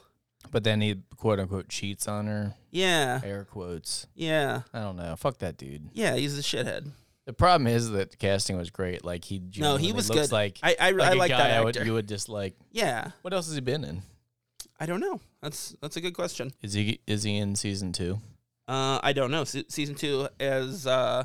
but then he quote unquote cheats on her,
Yeah.
air quotes.
Yeah.
I don't know. Fuck that dude.
Yeah, he's a shithead.
The problem is that the casting was great. Like he,
No, he
genuinely
was
looks
good.
Like
I I
like
like, I
a
like
guy
that
I
actor.
would, you would dislike.
yeah.
What else has he been in?
I don't know. That's that's a good question.
Is he is he in season two?
Uh, I don't know. Se- season two, as uh,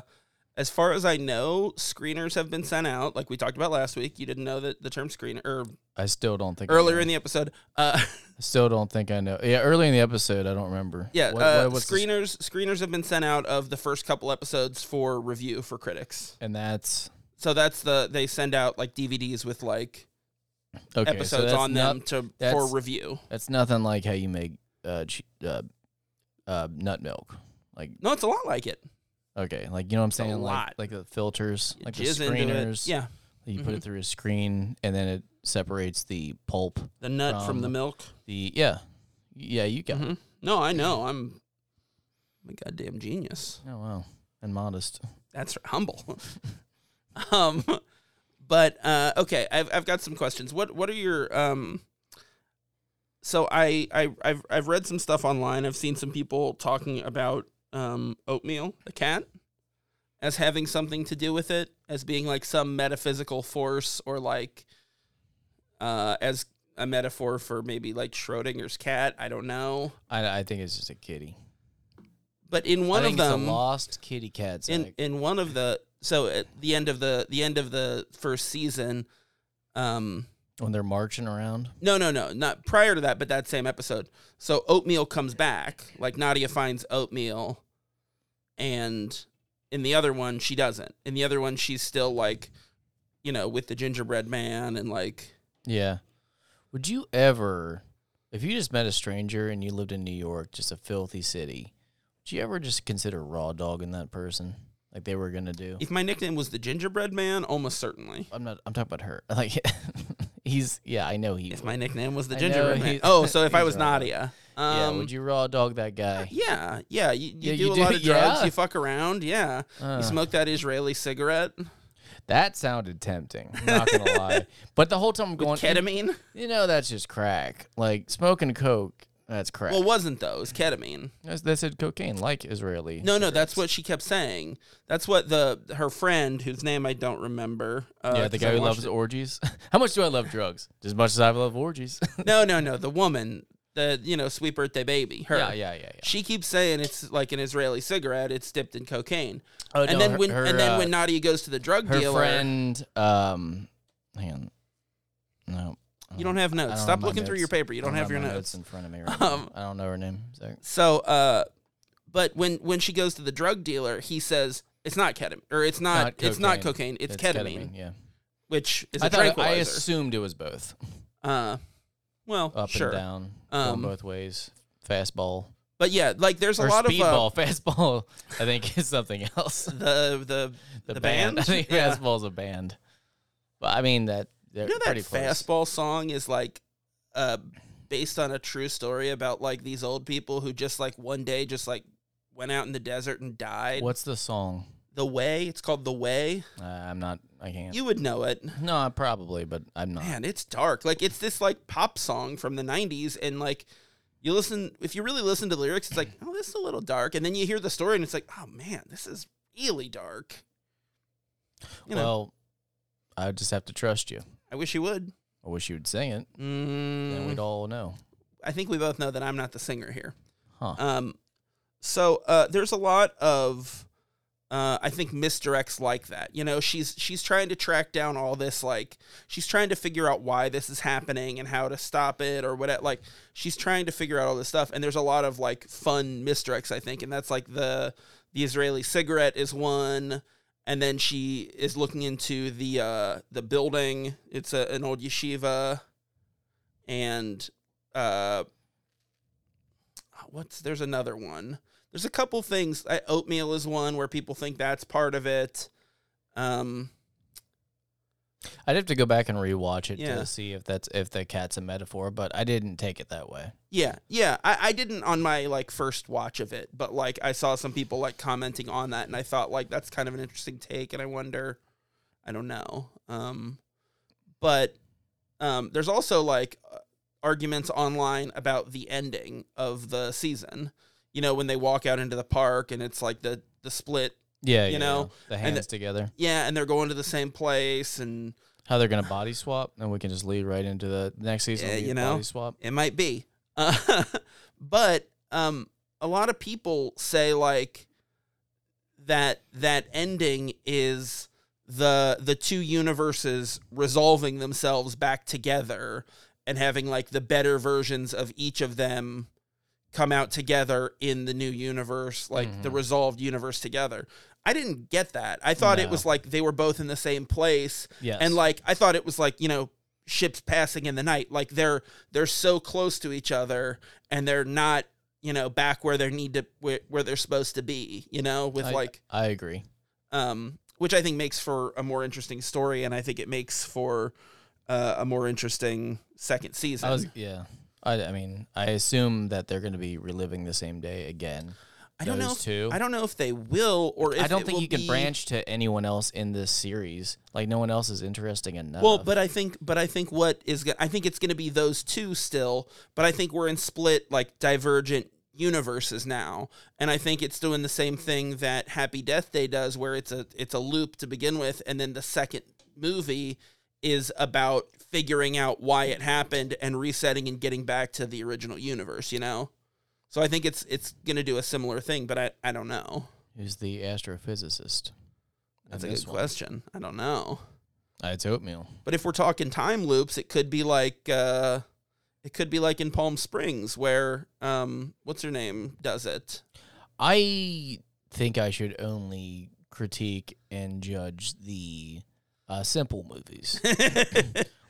as far as I know, screeners have been sent out. Like we talked about last week, you didn't know that the term screener or
I still don't think I
earlier
know.
in the episode. Uh,
I still don't think I know. Yeah, early in the episode, I don't remember.
yeah,
What-
uh,
what was the-
screeners screeners have been sent out of the first couple episodes for review for critics.
and that's
So that's the they send out like DVDs with like
okay. so
episodes
that's
on
not-
them to for
that's-
review.
That's nothing like how you make uh, che- uh, uh, nut milk. Like
No, it's a lot like it.
okay, like you know what I'm saying.
a
like
lot.
like the filters,
You
like the
jizz into it.
screeners.
Yeah, Mm-hmm.
you put it through a screen and then it separates the pulp.
the nut from
From-
the milk.
The yeah, yeah, you got.
Mhm. No, I know. I'm I'm a goddamn genius.
it. Oh wow, and modest.
That's humble. um, but uh, okay, I've I've got some questions. What what are your um? So I I I've I've read some stuff online. I've seen some people talking about um oatmeal, the cat, as having something to do with it, as being like some metaphysical force, or like uh as a metaphor for maybe like Schrodinger's cat. I don't know.
I, I think it's just a kitty.
But in
I
one of
think it's
them,
a lost kitty cat.
in
Zach.
in one of the so at the end of the the end of the first season um
when they're marching around.
no no no not prior to that but that same episode so oatmeal comes back like nadia finds oatmeal and in the other one she doesn't in the other one she's still like you know with the gingerbread man and like
Yeah. Would you ever, if you just met a stranger and you lived in New York, just a filthy city, would you ever just consider raw dogging that person like they were gonna do?
if my nickname was the gingerbread man almost certainly
I'm not. I'm talking about her. Like he's. Yeah, I know he.
if
would.
my nickname was the
I know
gingerbread man
he-
oh so if i
he's
was
right.
nadia um,
yeah. Would you raw dog that guy?
yeah yeah you, you
Yeah,
do
you
a
do-
lot of drugs
yeah.
you fuck around yeah
Uh,
You smoke that Israeli cigarette
that sounded tempting. I'm not gonna lie. But the whole time I'm going.
with ketamine?
You know that's just crack. Like smoking coke. That's crack.
Well, it wasn't though. It was ketamine.
That's- they said cocaine, like Israeli.
No, no, that's what she kept saying. That's what the her friend, whose name I don't remember. Uh,
yeah, the
'cause I
guy who
watched
loves orgies. How much do I love drugs? As much as I love orgies.
it- No, no, no. The woman the you know sweet birthday baby. Her.
Yeah, yeah, yeah, yeah.
She keeps saying it's like an Israeli cigarette. It's dipped in cocaine.
Oh,
and
no,
then
her-
when
her,
and then
uh,
when uh, Nadia goes to the drug
her
dealer,
friend, um, hang on, no,
you don't have
I
notes.
don't
Stop
have my
looking through
notes.
your paper. You don't, have your
my
notes.
in front of me. Right
Um,
now. I don't know her name. Sorry.
So, uh, but when when she goes to the drug dealer, he says it's not ketamine or it's not,
Not
it's not cocaine.
cocaine.
It's, ketamine,
Yeah,
which is a
I thought I
tranquilizer.
assumed it was both
uh, well,
up
sure,
and down,
Um,
going both ways. Fastball
but yeah, like there's a
or
lot of uh,
speedball. fastball, I think, is something else.
the the
The,
The
band.
band?
I think
Yeah.
fastball's a band. But I mean that. They're
you know that
pretty close.
fastball song is like uh based on a true story about like these old people who just like one day just like went out in the desert and died.
What's the song?
The way it's called the way.
Uh, I'm not. I can't.
You would know it.
no, I probably, but I'm not.
Man, it's dark. Like it's this like pop song from the '90s, and like you listen, if you really listen to the lyrics, it's like, oh, this is a little dark, and then you hear the story, and it's like, oh man, this is really dark. You know,
well, I just have to trust you.
I wish you would.
I wish you would sing it, and
Mm,
we'd all know.
I think we both know that I'm not the singer here.
Huh.
Um, so uh, there's a lot of, uh, I think misdirects like that. You know, she's she's trying to track down all this, like she's trying to figure out why this is happening and how to stop it or what. Like she's trying to figure out all this stuff, and there's a lot of like fun misdirects, I think, and that's like the the Israeli cigarette is one. And then she is looking into the uh, the building. It's a, an old yeshiva, and uh, what's there's another one. There's a couple things. I, oatmeal is one where people think that's part of it. Um,
I'd have to go back and rewatch it
Yeah.
to see if that's if the cat's a metaphor, but I didn't take it that way.
yeah, yeah. I, I didn't on my like first watch of it, but like I saw some people like commenting on that, and I thought like that's kind of an interesting take, and I wonder, I don't know. Um, but um, there's also like uh, arguments online about the ending of the season. You know, when they walk out into the park and it's like the the split.
Yeah,
You
yeah,
know,
yeah. the
the-
hands together.
Yeah, and they're going to the same place and
How they're gonna body swap, and we can just lead right into the next season.
Yeah,
will be
you
a
know.
body swap.
It might be. Uh, but um, a lot of people say like that that ending is the the two universes resolving themselves back together and having like the better versions of each of them come out together in the new universe like the
Mhm.
resolved universe together i didn't get that i thought it
No.
was like they were both in the same place
Yes,
and like I thought it was like you know ships passing in the night. Like they're they're so close to each other and they're not you know back where they need to where, where they're supposed to be. You know with
I,
like
I agree.
um which I think makes for a more interesting story and I think it makes for uh, a more interesting second season.
I was yeah. I, I mean, I assume that they're gonna be reliving the same day again.
I don't know.
those
If,
two.
I don't know if they will or if
I don't
it
think
will
you can
be-
branch to anyone else in this series. Like no one else is interesting enough.
Well, but I think, but I think what is, go- I think it's going to be those two still. But I think we're in split, like divergent universes now, and I think it's doing the same thing that Happy Death Day does, where it's a it's a loop to begin with, and then the second movie is about figuring out why it happened and resetting and getting back to the original universe. You know, so I think it's it's going to do a similar thing, but I I don't know.
who's the astrophysicist? in
That's a
this
good
one?
question. I don't know.
Uh, it's oatmeal.
But if we're talking time loops, it could be like uh, it could be like in Palm Springs where um, what's her name does it.
I think I should only critique and judge the uh, simple movies,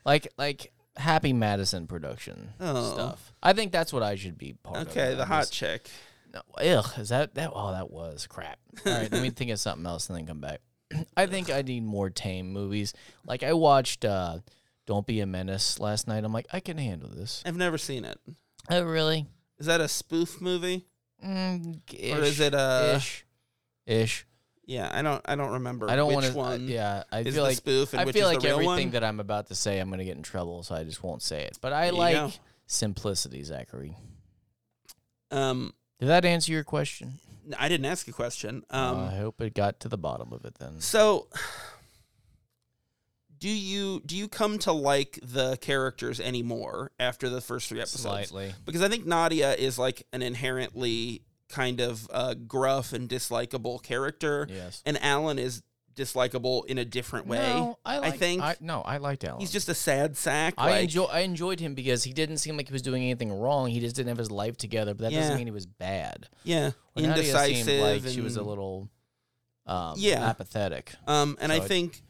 like like Happy Madison production
Oh.
stuff. I think that's what I should be part of.
okay, the
I'm
hot
just-
chick.
No, ugh, is that that? Oh, that was crap. All right, let me think of something else and then come back. I think I need more tame movies. Like I watched uh, Don't Be a Menace last night. I'm like, I can handle this.
I've never seen it.
Oh, really?
Is that a spoof movie
Mm,
or
ish,
is it uh, a?
ish? Ish.
Yeah, I don't. I don't remember.
I don't
which
want to.
one.
yeah, I
is
feel
the
like
spoof and
I
which
feel
is
like
the real
everything
one.
that I'm about to say, I'm gonna get in trouble, so I just won't say it. But I
There you
like
go.
simplicity, Zachary.
um,
Did that answer your question?
I didn't ask a question. Um,
Uh, I hope it got to the bottom of it. Then
so do you do you come to like the characters anymore after the first three episodes?
slightly.
Because I think Nadia is like an inherently kind of uh, gruff and dislikable character,
Yes.
and Alan is dislikable in a different way.
No, I,
I
liked-
think-
I, no, I liked Alan.
He's just a sad sack.
I
like-
enjoy. I enjoyed him because he didn't seem like he was doing anything wrong. He just didn't have his life together, but that
Yeah.
doesn't mean he was bad.
yeah,
Where Nadia
indecisive.
seemed like she was a
and-
little, um,
Yeah.
apathetic.
Um, and
So
I
it-
think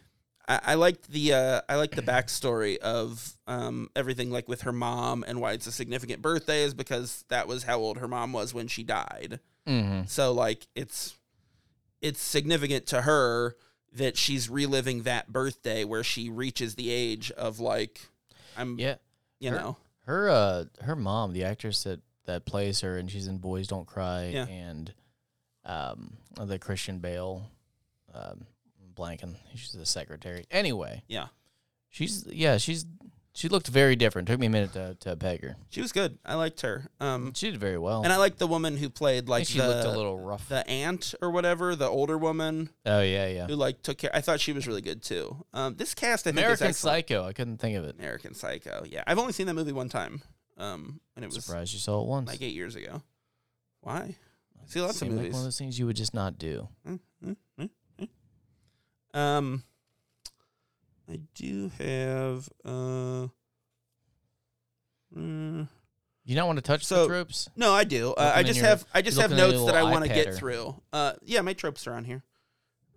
I, I liked the uh, I liked the backstory of um, everything, like with her mom and why it's a significant birthday is because that was how old her mom was when she died.
Mm-hmm.
So like it's it's significant to her that she's reliving that birthday where she reaches the age of like I'm
Yeah,
you
her-
know
her uh, her mom, the actress that that plays her, and she's in Boys Don't Cry
Yeah.
and um, the Christian Bale, um, blanking. She's the secretary. Anyway,
yeah
she's yeah, she's she looked very different. Took me a minute to to peg her.
she was good I liked her um
She did very well.
and I liked the woman who played
I
like
think she
the,
looked a little rough.
the aunt or whatever the older woman
oh yeah, yeah.
who like took care. I thought she was really good too. Um, this cast, I think,
American
is excellent.
Psycho. I couldn't think of it.
American Psycho. Yeah, I've only seen that movie one time, um, and it was
Surprised you saw it once.
like eight years ago. Why? I see lots of
Seemed like one
movies.
of those things you would just not do.
Mm, mm, mm, mm. Um, I do have uh. mm,
You don't want to touch
So-
the troops.
no, I do. Uh,
Looking
I
in
just
your-
have I just have
looking in your
notes that I
little
want to
iPad
get
or-
through. Uh, yeah, my tropes are on here.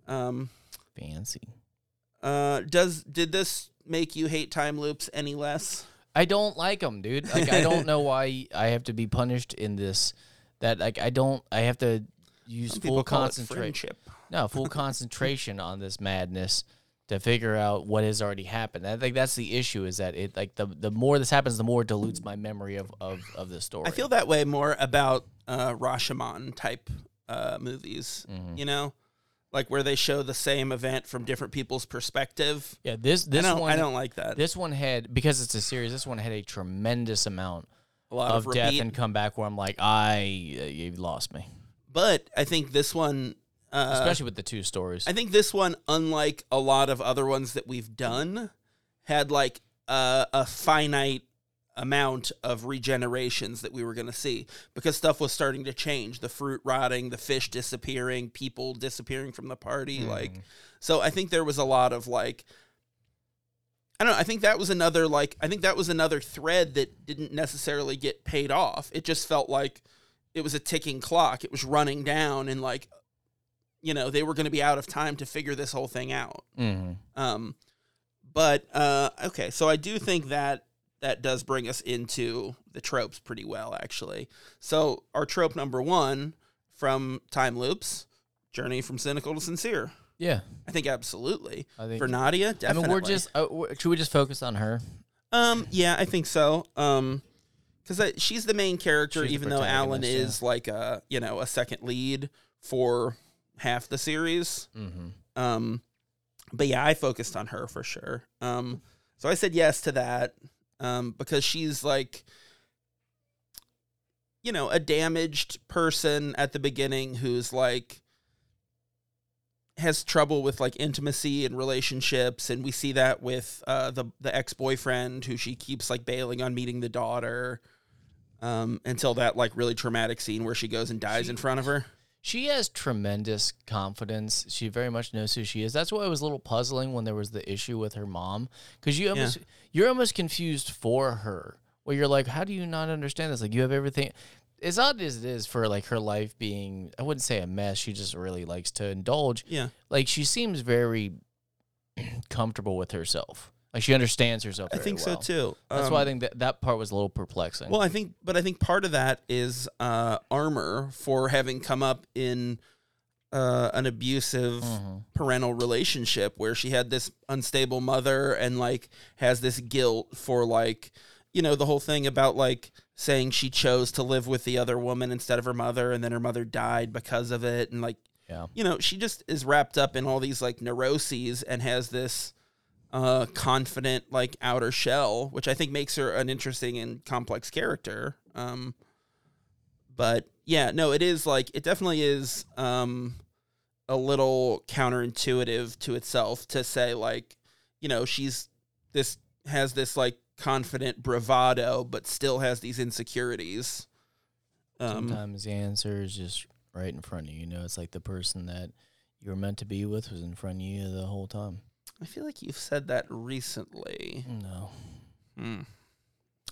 Um,
Fancy.
uh, does did this make you hate time loops any less?
I don't like them, dude. Like I don't know why I have to be punished in this. That like I don't. I have to use
Some
full
people call it
concentration.
friendship.
No, full concentration on this madness to figure out what has already happened. I think that's the issue. Is that it? Like the the more this happens, the more it dilutes my memory of of of the story.
I feel that way more about uh, Rashomon type uh, movies.
Mhm.
You know, like where they show the same event from different people's perspective.
Yeah. This this
I don't,
one.
I don't like that.
This one had because it's a series. This one had a tremendous amount
A lot
of
of,
death
repeat,
and come back where I'm like, I uh, you lost me,
but I think this one. Uh,
especially with the two stories.
I think this one, unlike a lot of other ones that we've done, had like a, a finite amount of regenerations that we were going to see because stuff was starting to change the fruit rotting the fish disappearing people disappearing from the party like so i think there was a lot of like i don't know i think that was another like i think that was another thread that didn't necessarily get paid off it just felt like it was a ticking clock it was running down and like you know they were going to be out of time to figure this whole thing out
mm-hmm.
um, but uh, okay, so I do think that that does bring us into the tropes pretty well, actually. So our trope number one from time loops, journey from cynical to sincere.
yeah,
I think absolutely
I think.
for Nadia.
I
Definitely.
mean, we're just uh, we should we just focus on her?
Um, yeah, I think so. Um, because she's the main character,
She's the
even though Alan
protagonist, yeah.
is like a you know a second lead for half the series.
Mm-hmm.
Um, but yeah, I focused on her for sure. Um, so I said yes to that um, because she's like, you know, a damaged person at the beginning who's like has trouble with like intimacy and relationships, and we see that with uh, the the ex boyfriend who she keeps like bailing on meeting the daughter. Um, until that like really traumatic scene where she goes and dies in front of her.
She has tremendous confidence. She very much knows who she is. That's why it was a little puzzling when there was the issue with her mom, because you almost you're almost confused for her. Where you're like, how do you not understand this? Like you have everything. As odd as it is for like her life being, I wouldn't say a mess. She just really likes to indulge.
Yeah.
Like she seems very comfortable with herself. Like she understands herself.
I
very
think so
well.
too.
That's why I
Um,
think that that part was a little perplexing.
Well, I think, but I think part of that is uh, armor for having come up in uh, an abusive
Mhm.
parental relationship where she had this unstable mother and like has this guilt for like, you know, the whole thing about like saying she chose to live with the other woman instead of her mother and then her mother died because of it. And like,
Yeah.
you know, she just is wrapped up in all these like neuroses and has this uh confident like outer shell, which I think makes her an interesting and complex character. Um but yeah, no, it is like it definitely is um a little counterintuitive to itself to say like you know, she's this has this like confident bravado, but still has these insecurities. Um,
Sometimes the answer is just right in front of you. You know, it's like the person that you were meant to be with was in front of you the whole time.
I feel like you've said that recently.
No,
Hmm.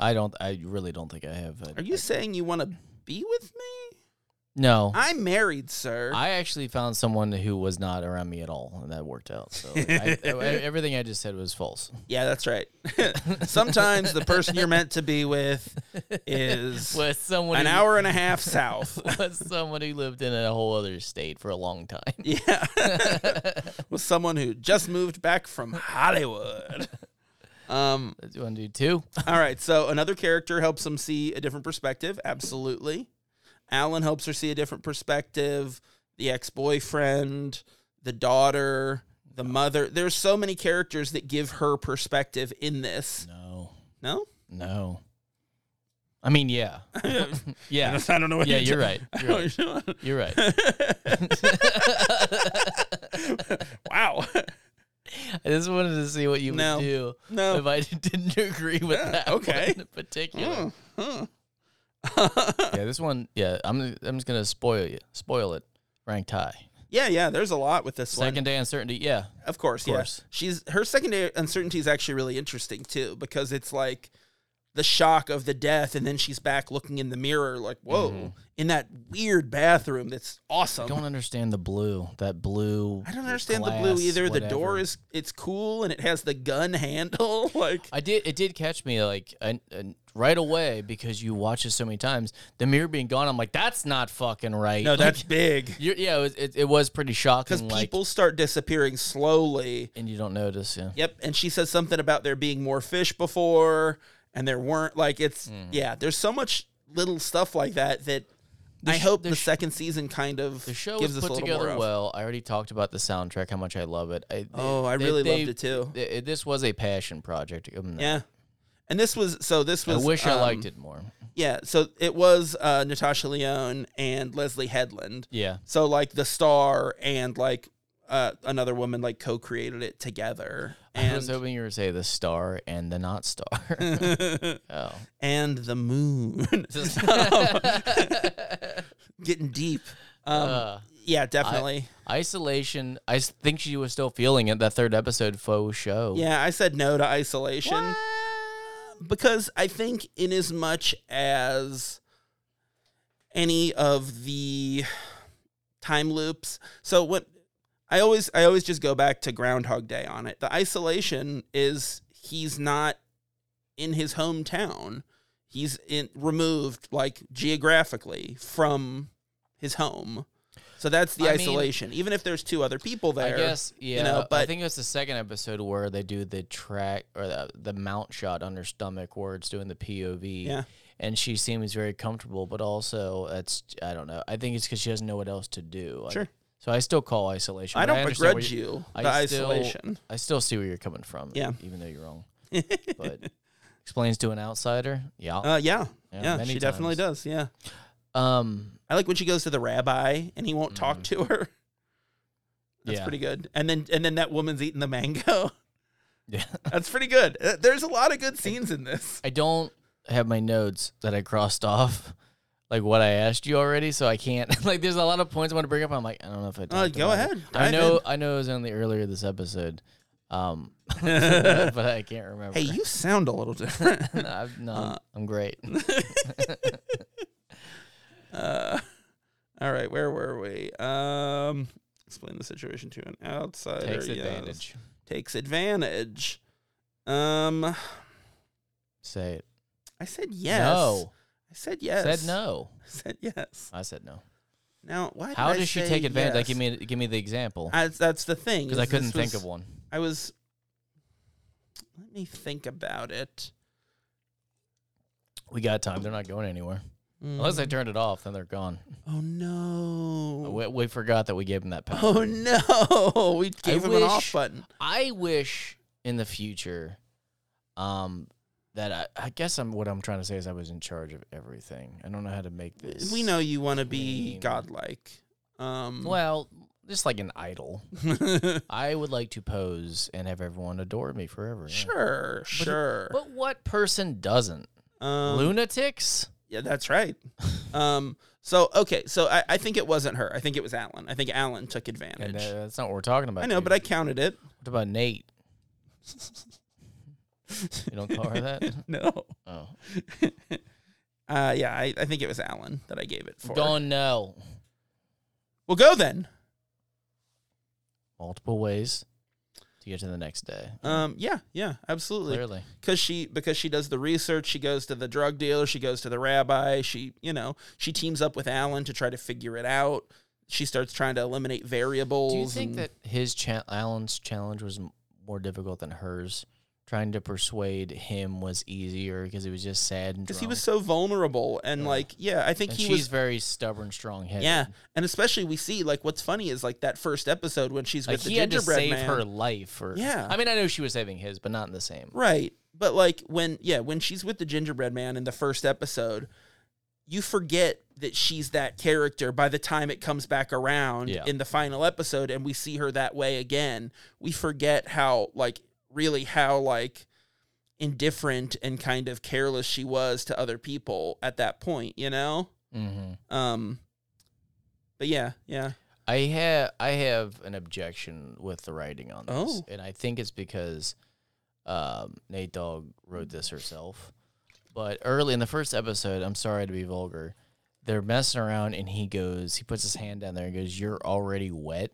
I don't. I really don't think I have. I-
Are you
I-
saying you want to be with me?
no. I,
I'm married, sir.
actually found someone who was not around me at all, and that worked out. So I, I- everything I just said was false.
yeah, that's right. Sometimes the person you're meant to be with is
was someone
an
who-
hour and a half south.
was someone who lived in a whole other state for a long time.
yeah. with someone who just moved back from Hollywood. Um,
Do you want to do two?
All right. So another character helps them see a different perspective. Absolutely. Alan helps her see a different perspective. The ex boyfriend, the daughter, the mother. There's so many characters that give her perspective in this.
No,
No?
no. I mean, yeah, yeah,
I don't know what
yeah. You're right. You're right. You're right.
wow.
I just wanted to see what you would
No.
do
No.
if I didn't agree with
Yeah,
that.
okay.
one in particular.
Mm, mm.
Yeah, this one. Yeah, I'm. I'm just gonna spoil you. Spoil it. Ranked high.
yeah, yeah. There's a lot with this one.
Second day uncertainty. Yeah.
Of course,
Of course.
yeah. She's her secondary uncertainty is actually really interesting too because it's like the shock of the death, and then she's back looking in the mirror, like whoa,
Mhm.
in that weird bathroom that's awesome.
I don't understand the blue. That blue.
I don't understand the
glass,
blue either. The door
whatever.
is it's cool and it has the gun handle, like
I did. It did catch me like I, I- right away because you watch it so many times. The mirror being gone. I'm like, that's not fucking right.
no,
Like,
that's big
you're, yeah. It was, it, it was pretty shocking.
because
Like,
people start disappearing slowly.
and you don't notice. Yeah.
Yep, and she says something about there being more fish before, and there weren't. Like it's
Mm.
yeah, there's so much little stuff like that that I
sh-
hope
the
the,
sh-
second season kind of
The show
gives us
was
a
put
little more
together
of.
well. I already talked about the soundtrack, how much I love it. I, they-
Oh, I
they-
really
they-
loved it too.
they- this was a passion project. give 'em that.
yeah, and this was so this
I
was.
wish I
um,
liked it more.
Yeah, so it was uh, Natasha Leone and Leslie Headland.
Yeah.
So like the star and like uh, another woman like co-created it together,
I was
and
hoping you were to say the star and the not star. oh.
and the moon. Getting deep. Um,
Uh,
yeah, definitely.
isolation. I s- think she was still feeling it that third episode faux show.
Yeah, I said no to isolation because I think, in as much as any of the time loops, so what I always I always just go back to Groundhog Day on it. The isolation is he's not in his hometown; he's in, removed like geographically from his home. So that's the
I mean-
isolation. Even if there's two other people there,
I guess, yeah.
know,
I
but-
think it was the second episode where they do the track or the, the mount shot on her stomach, where it's doing the POV.
Yeah.
And she seems very comfortable, but also that's I don't know. I think it's because she doesn't know what else to do. I-
Sure.
so I still call isolation.
I
but
don't
understand where
begrudge you
I
the
still-
isolation.
I still see where you're coming from.
Yeah.
Even though you're wrong, but explains to an outsider. Yeah.
Uh, yeah,
Yeah,
yeah,
many
she definitely does. Yeah, Uh,
um.
I like when she goes to the rabbi and he won't talk to her. That's
Mm. Yeah.
pretty good. And then and then that woman's eating the mango.
Yeah.
That's pretty good. Uh, There's a lot of good scenes in this.
I don't have my notes that I crossed off, like what I asked you already, so I can't. Like, there's a lot of points I want to bring up. I'm like, I don't know if I. talked
Uh, go
about
ahead,
It. I
dive
know.
in.
I know it was only earlier this episode, um, but I can't remember.
Hey, you sound a little different.
I'm, no, I'm great.
Uh, all right, where were we? Um, explain the situation to an outsider.
Takes
yes.
advantage.
Takes advantage. Um,
Say it.
I said yes.
No.
I said yes.
Said no.
I said yes.
I said no.
Now, why? did
How
I
does she
say
take advantage? Like,
yes?
give me give me the example
I, that's the thing.
because I
is
couldn't
this
think
was-
of one.
I was. Let me think about it.
We got time. They're not going anywhere unless I
Mm.
turned it off. Then they're gone.
Oh no.
We, we forgot that we gave them that power.
Mm-hmm. Oh no. We gave him an
wish-
off button.
I wish in the future, um, that I, I guess I'm what I'm trying to say is I was in charge of everything. I don't know how to make this.
We know you want to be
Clean.
godlike. Um,
Well, just like an idol. I would like to pose and have everyone adore me forever. yeah.
sure, sure.
But what person doesn't?
Um,
Lunatics?
Yeah, that's right. um, so okay, so I, I think it wasn't her. I think it was Alan. I think Alan took
And
advantage.
uh, that's not what we're talking about.
I know,
dude.
but I counted it.
What about Nate? you don't call her that?
No.
Oh.
Uh, yeah, I, I think it was Alan that I gave it for.
Don't know.
Well, go then.
Multiple ways to get to the next day.
Um, yeah, yeah, absolutely.
Clearly.
Because she because she does the research. She goes to the drug dealer. She goes to the rabbi. She you know she teams up with Alan to try to figure it out. She starts trying to eliminate variables.
Do you think
and-
that his cha- Alan's challenge was m- more difficult than hers? Trying to persuade him was easier because he was just sad and
because
drunk.
he was so vulnerable and
Yeah.
like yeah, I think
and
he
she's
was
very stubborn, strong-headed.
yeah, and especially we see like what's funny is like that first episode when she's
like
with the
he had to
gingerbread
save
man.
her life. Or
Yeah.
I mean, I know she was saving his, but not in the same.
Right. But like when yeah, when she's with the gingerbread man in the first episode, you forget that she's that character by the time it comes back around
Yeah.
in the final episode and we see her that way again. We forget how like really how like indifferent and kind of careless she was to other people at that point, you know?
Mm-hmm.
Um but yeah, yeah.
I have I have an objection with the writing on this,
Oh.
and I think it's because um, Nate Dogg wrote this herself. But early in the first episode, I'm sorry to be vulgar, they're messing around, and he goes, he puts his hand down there and goes, "You're already wet."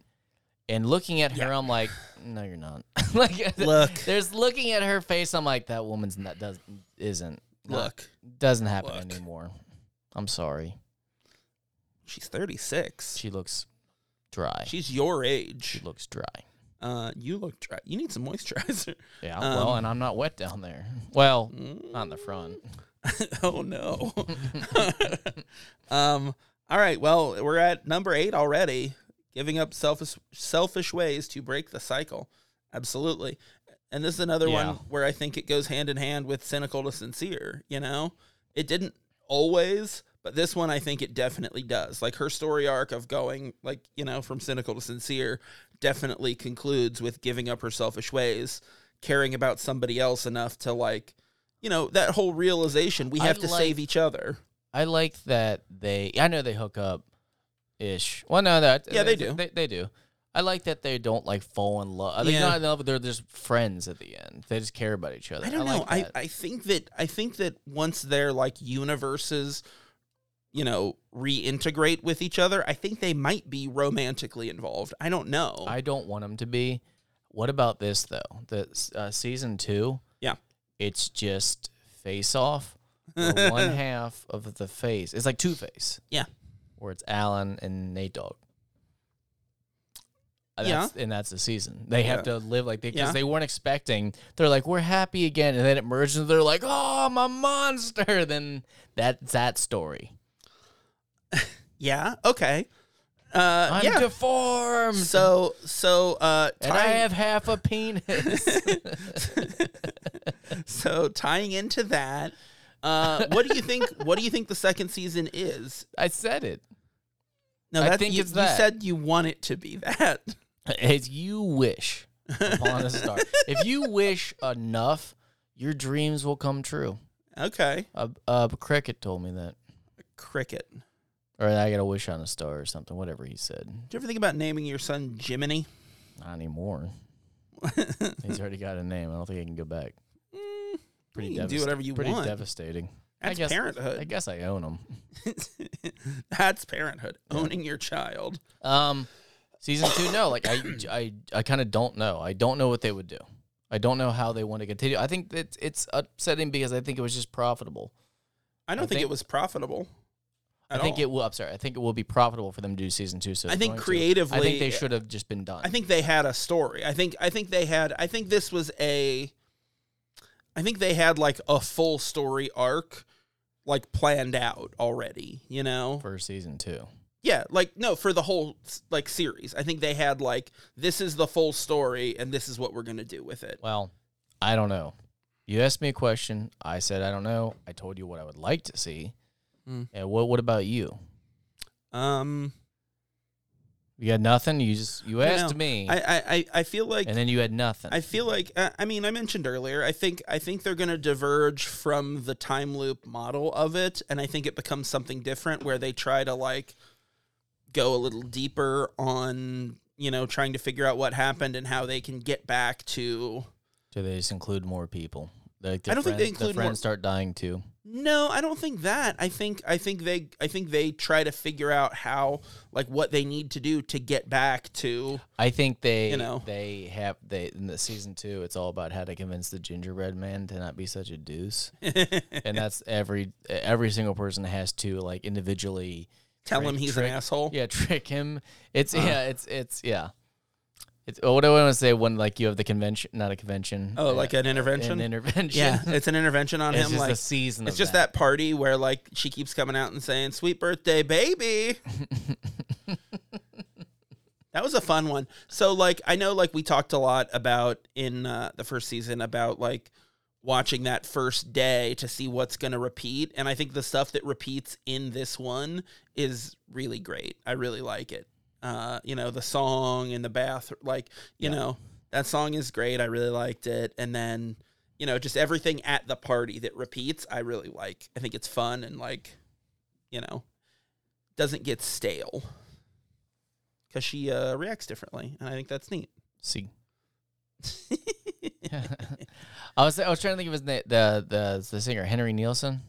And looking at her, I'm like, "No, you're not." like,
Look.
there's looking at her face. I'm like, that woman's not does isn't not-
Look.
doesn't happen
Look.
anymore. I'm sorry.
She's 36.
She looks dry.
She's your
she
age.
looks dry.
Uh you look dry. You need some moisturizer.
Yeah, well,
Um,
and I'm not wet down there. Well,
Mm.
not in the front.
oh no. um. All right. Well, we're at number eight already. Giving up selfish selfish ways to break the cycle. Absolutely. And this is another
Yeah.
one where I think it goes hand in hand with cynical to sincere. You know, it didn't always, but this one I think it definitely does. Like her story arc of going, like you know, from cynical to sincere, definitely concludes with giving up her selfish ways, caring about somebody else enough to like, you know, that whole realization we
I
have to
like-
save each other.
I like that they. I know they hook up, ish. Well, no, that
Yeah, they do.
They, they do. I like that they don't like fall in love. I think
Yeah.
not in love, but they're just friends at the end. They just care about each other.
I don't know.
like
I,
that.
I think that I think that once their like universes, you know, reintegrate with each other, I think they might be romantically involved. I don't know.
I don't want them to be. What about this though? The uh, season two.
Yeah.
It's just face off. where one half of the face. It's like two face.
Yeah.
Where it's Alan and Nate Dog. That's, and that's the season. They have to live like they because
Yeah.
they weren't expecting. They're like, we're happy again, and then it merges. And they're like, oh, I'm a monster. Then that's that story.
yeah. Okay. Uh,
I'm
yeah.
deformed,
so so uh,
and I
tying-
have half a penis.
so tying into that, uh, what do you think? What do you think the second season is?
I said it.
No,
I
that's,
think
you,
it's that.
you said you want it to be that.
As you wish upon a star. if you wish enough, your dreams will come true.
Okay.
A, a cricket told me that.
Cricket. Did
Or I got a wish on a star or something, whatever he said.
you ever think about naming your son Jiminy?
Not anymore. He's already got a name. I don't think he can go back.
Mm,
Pretty
you can do
devast-
whatever you
pretty
want.
devastating. I
That's
guess, I
parenthood.
guess I own him.
That's parenthood. Owning your child.
Um, season two, no. Like I, I, I kind of don't know. I don't know what they would do. I don't know how they want to continue. I think it's it's upsetting because I think it was just profitable.
I don't
I
think,
think-
it was profitable.
I
at
think
all.
it will. I'm sorry. I think it will be profitable for them to do season two. So
I
they're
think
going to. I
creatively-
think they should have just been done.
I think they had a story. I think I think they had I think this was a I think they had like a full story arc like planned out already, you know?
for season two.
yeah, like no, for the whole like series. I think they had like this is the full story and this is what we're going to do with it.
Well, I don't know. You asked me a question. I said I don't know. I told you what I would like to see.
Mm.
And what what about you?
Um
You had nothing. You just you
I
asked
know.
me,
I, I, I- I feel like
and then you had nothing.
I feel like uh, I mean I mentioned earlier I think I think they're going to diverge from the time loop model of it and I think it becomes something different where they try to like go a little deeper on you know trying to figure out what happened and how they can get back to
Do they just include more people? Like their
I don't think they
friends- their
include more-
friends start dying too.
No, I don't think that. I think I think they I think they try to figure out how like what they need to do to get back to
I think they
You know.
they have they in the season two. It's all about how to convince the gingerbread man to not be such a deuce, and that's every every single person has to like individually.
tell
Trick-
him he's
trick-
an asshole.
Yeah, trick him. It's
Uh.
yeah, it's it's yeah. It's oh, what do I want to say when like you have the convention, not a convention.
Oh,
uh,
like an intervention.
an intervention.
yeah, it's an intervention on
it's
him.
just
Like
a season.
it's
of
just
that.
that. party where like she keeps coming out and saying "Sweet birthday, baby." that was a fun one. So like I know like we talked a lot about in uh, the first season about like watching that first day to see what's going to repeat and I think the stuff that repeats in this one is really great. I really like it. Uh, you know, the song and the bath like, you
Yeah.
know, that song is great. I really liked it. And then you know, just everything at the party that repeats, I really like. I think it's fun and like, you know, doesn't get stale because she uh, reacts differently, and I think that's neat.
See. I was I was trying to think of his name. The the the singer Henry Nielsen.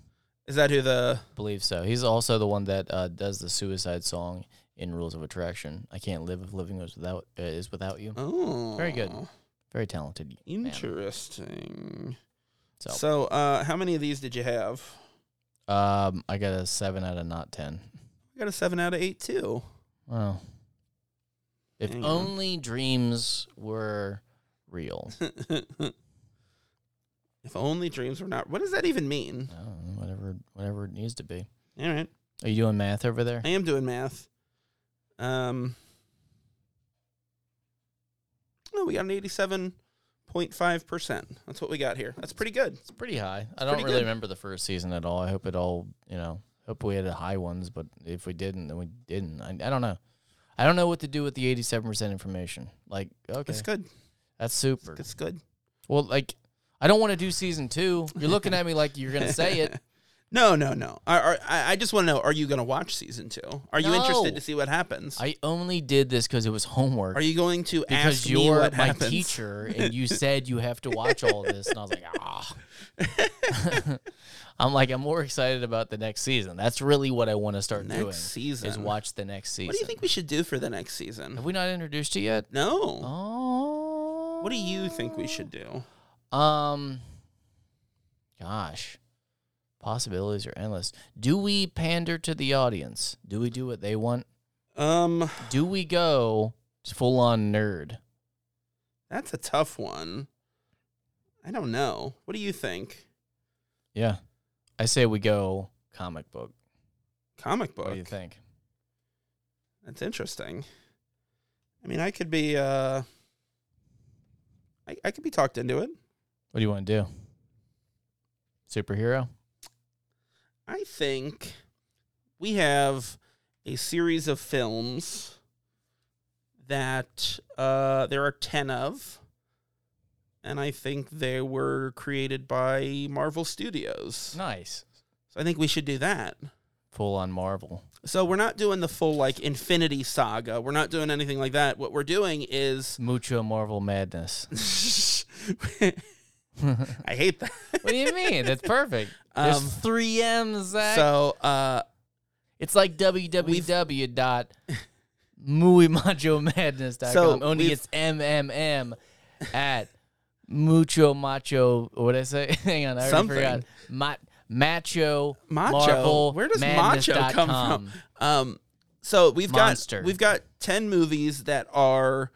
Is that who the?
Believe so. He's also the one that uh, does the suicide song in Rules of Attraction. I can't live if living is without uh, is without you.
Oh,
Very good. Very talented. man.
Interesting.
So,
So, uh, how many of these did you have?
um, I got a seven out of not ten.
I got a seven out of eight too.
Wow. If
Dang.
only dreams were real.
if only dreams were not. What does that even mean?
I don't know, Oh, whatever, whatever it needs to be.
All right,
Are you doing math over there?
I am doing math. Um. No, oh, we got an eighty-seven point five percent. That's what we got here. That's pretty good.
It's pretty high. I don't
pretty
really
good.
remember the first season at all. I hope it all, you know, hope we had high ones, but if we didn't, then we didn't. I, I don't know. I don't know what to do with the 87% information. Like, okay,
It's good.
that's super.
It's good.
Well, like, I don't want to do season two. You're looking at me like you're going to say it.
No, no, no. Are, are, I I just want to know: Are you going to watch season two? Are you interested
No.
to see what happens?
I only did this because it was homework.
are you going to
because
ask me
you're
what
my
happens?
teacher and you said you have to watch all this and i was like ah i'm like i'm more excited about the next season that's really what i want to start
Next
doing
season.
is watch the next season
What do you think we should do for the next season?
have we not introduced it yet
No.
oh
What do you think we should do?
um gosh possibilities are endless do we pander to the audience do we do what they want
Um,
do we go full on nerd
that's a tough one. I don't know. What do you think?
yeah i say we go comic book
Comic book.
what do you think
That's interesting. I mean, I could be uh I, I could be talked into it.
What do you want to do? Superhero?
I think we have a series of films that uh there are 10 of and I think they were created by Marvel Studios.
Nice.
So I think we should do that.
Full on Marvel.
So we're not doing the full like Infinity Saga. We're not doing anything like that. What we're doing is
Mucho Marvel madness. what
I hate that.
do you mean? That's perfect. There's
Um,
three M's, Zach.
So uh
it's like www dot muimachomadness.com.
So
Only
we've-
it's MMM at mucho macho. What did I say? Hang on, I already
Something.
forgot. Ma- macho.
Macho?
Marvel
Where does macho
madness dot
come
com.
Um, so we've
Monster.
got we've got ten movies that are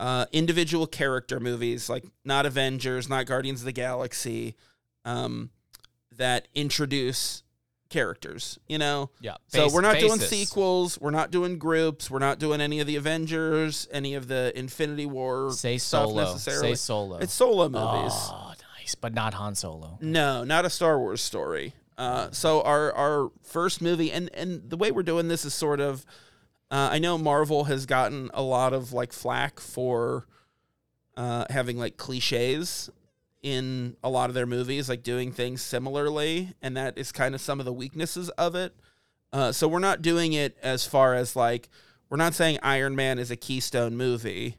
uh, individual character movies, like not Avengers, not Guardians of the Galaxy, um, that introduce characters. You know,
Yeah.
so
face-
we're not doing
faces.
sequels, we're not doing groups, we're not doing any of the Avengers, any of the Infinity War
Say
stuff
solo.
necessarily.
Say solo.
It's solo movies.
Oh, nice, but not Han Solo.
No, not a Star Wars story. Uh, so our our first movie, and and the way we're doing this is sort of Uh, I know Marvel has gotten a lot of like flack for uh, having like cliches in a lot of their movies, like doing things similarly, and that is kind of some of the weaknesses of it. Uh, so we're not doing it as far as like we're not saying Iron Man is a keystone movie,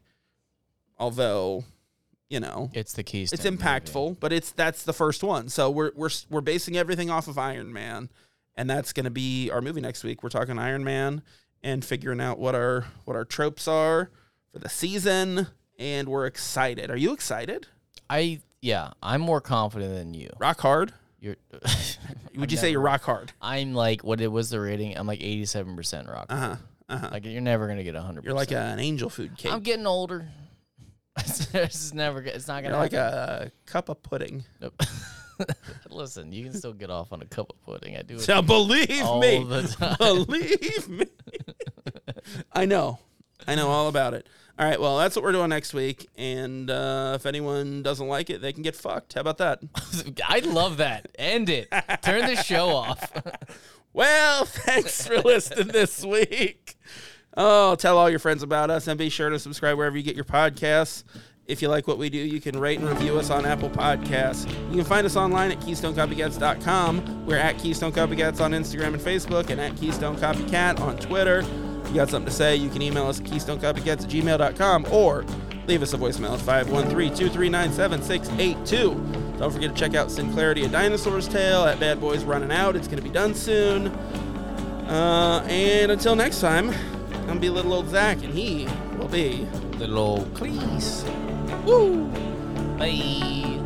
although you know
It's the keystone.
it's
movie.
impactful, but it's that's the first one. So we're we're we're basing everything off of Iron Man, and that's going to be our movie next week. We're talking Iron Man and figuring out what our what our tropes are for the season, and we're excited. Are you excited?
I yeah, I'm more confident than you.
Rock hard?
You're.
Would you say you're rock hard?
I'm like what it was the rating. I'm like 87 percent rock.
Uh huh. Uh huh.
Like you're never gonna get 100.
You're like an angel food cake.
I'm getting older. this is never. go- It's not gonna.
You're like
happen.
a cup of pudding.
Nope. Listen, you can still get off on a cup of pudding. I do it
Now believe
all
me.
the time.
Believe me. I know. I know all about it. All right, well, that's what we're doing next week. And uh, if anyone doesn't like it, they can get fucked. How about that?
I love that. End it. Turn the show off.
Well, thanks for listening this week. Oh, tell all your friends about us and be sure to subscribe wherever you get your podcasts. If you like what we do, you can rate and review us on Apple Podcasts. You can find us online at KeystoneCopycats.com. We're at Keystone Copycats on Instagram and Facebook and at Keystone Copycat on Twitter. If you got something to say, you can email us at KeystoneCopycats at gmail.com or leave us a voicemail at 513-239-7682. Don't forget to check out Sinclarity, A Dinosaur's Tale at Bad Boys Running Out. It's going to be done soon. Uh, and until next time, I'm gonna be little old Zach, and he will be
Little old please.
woo.
Bye.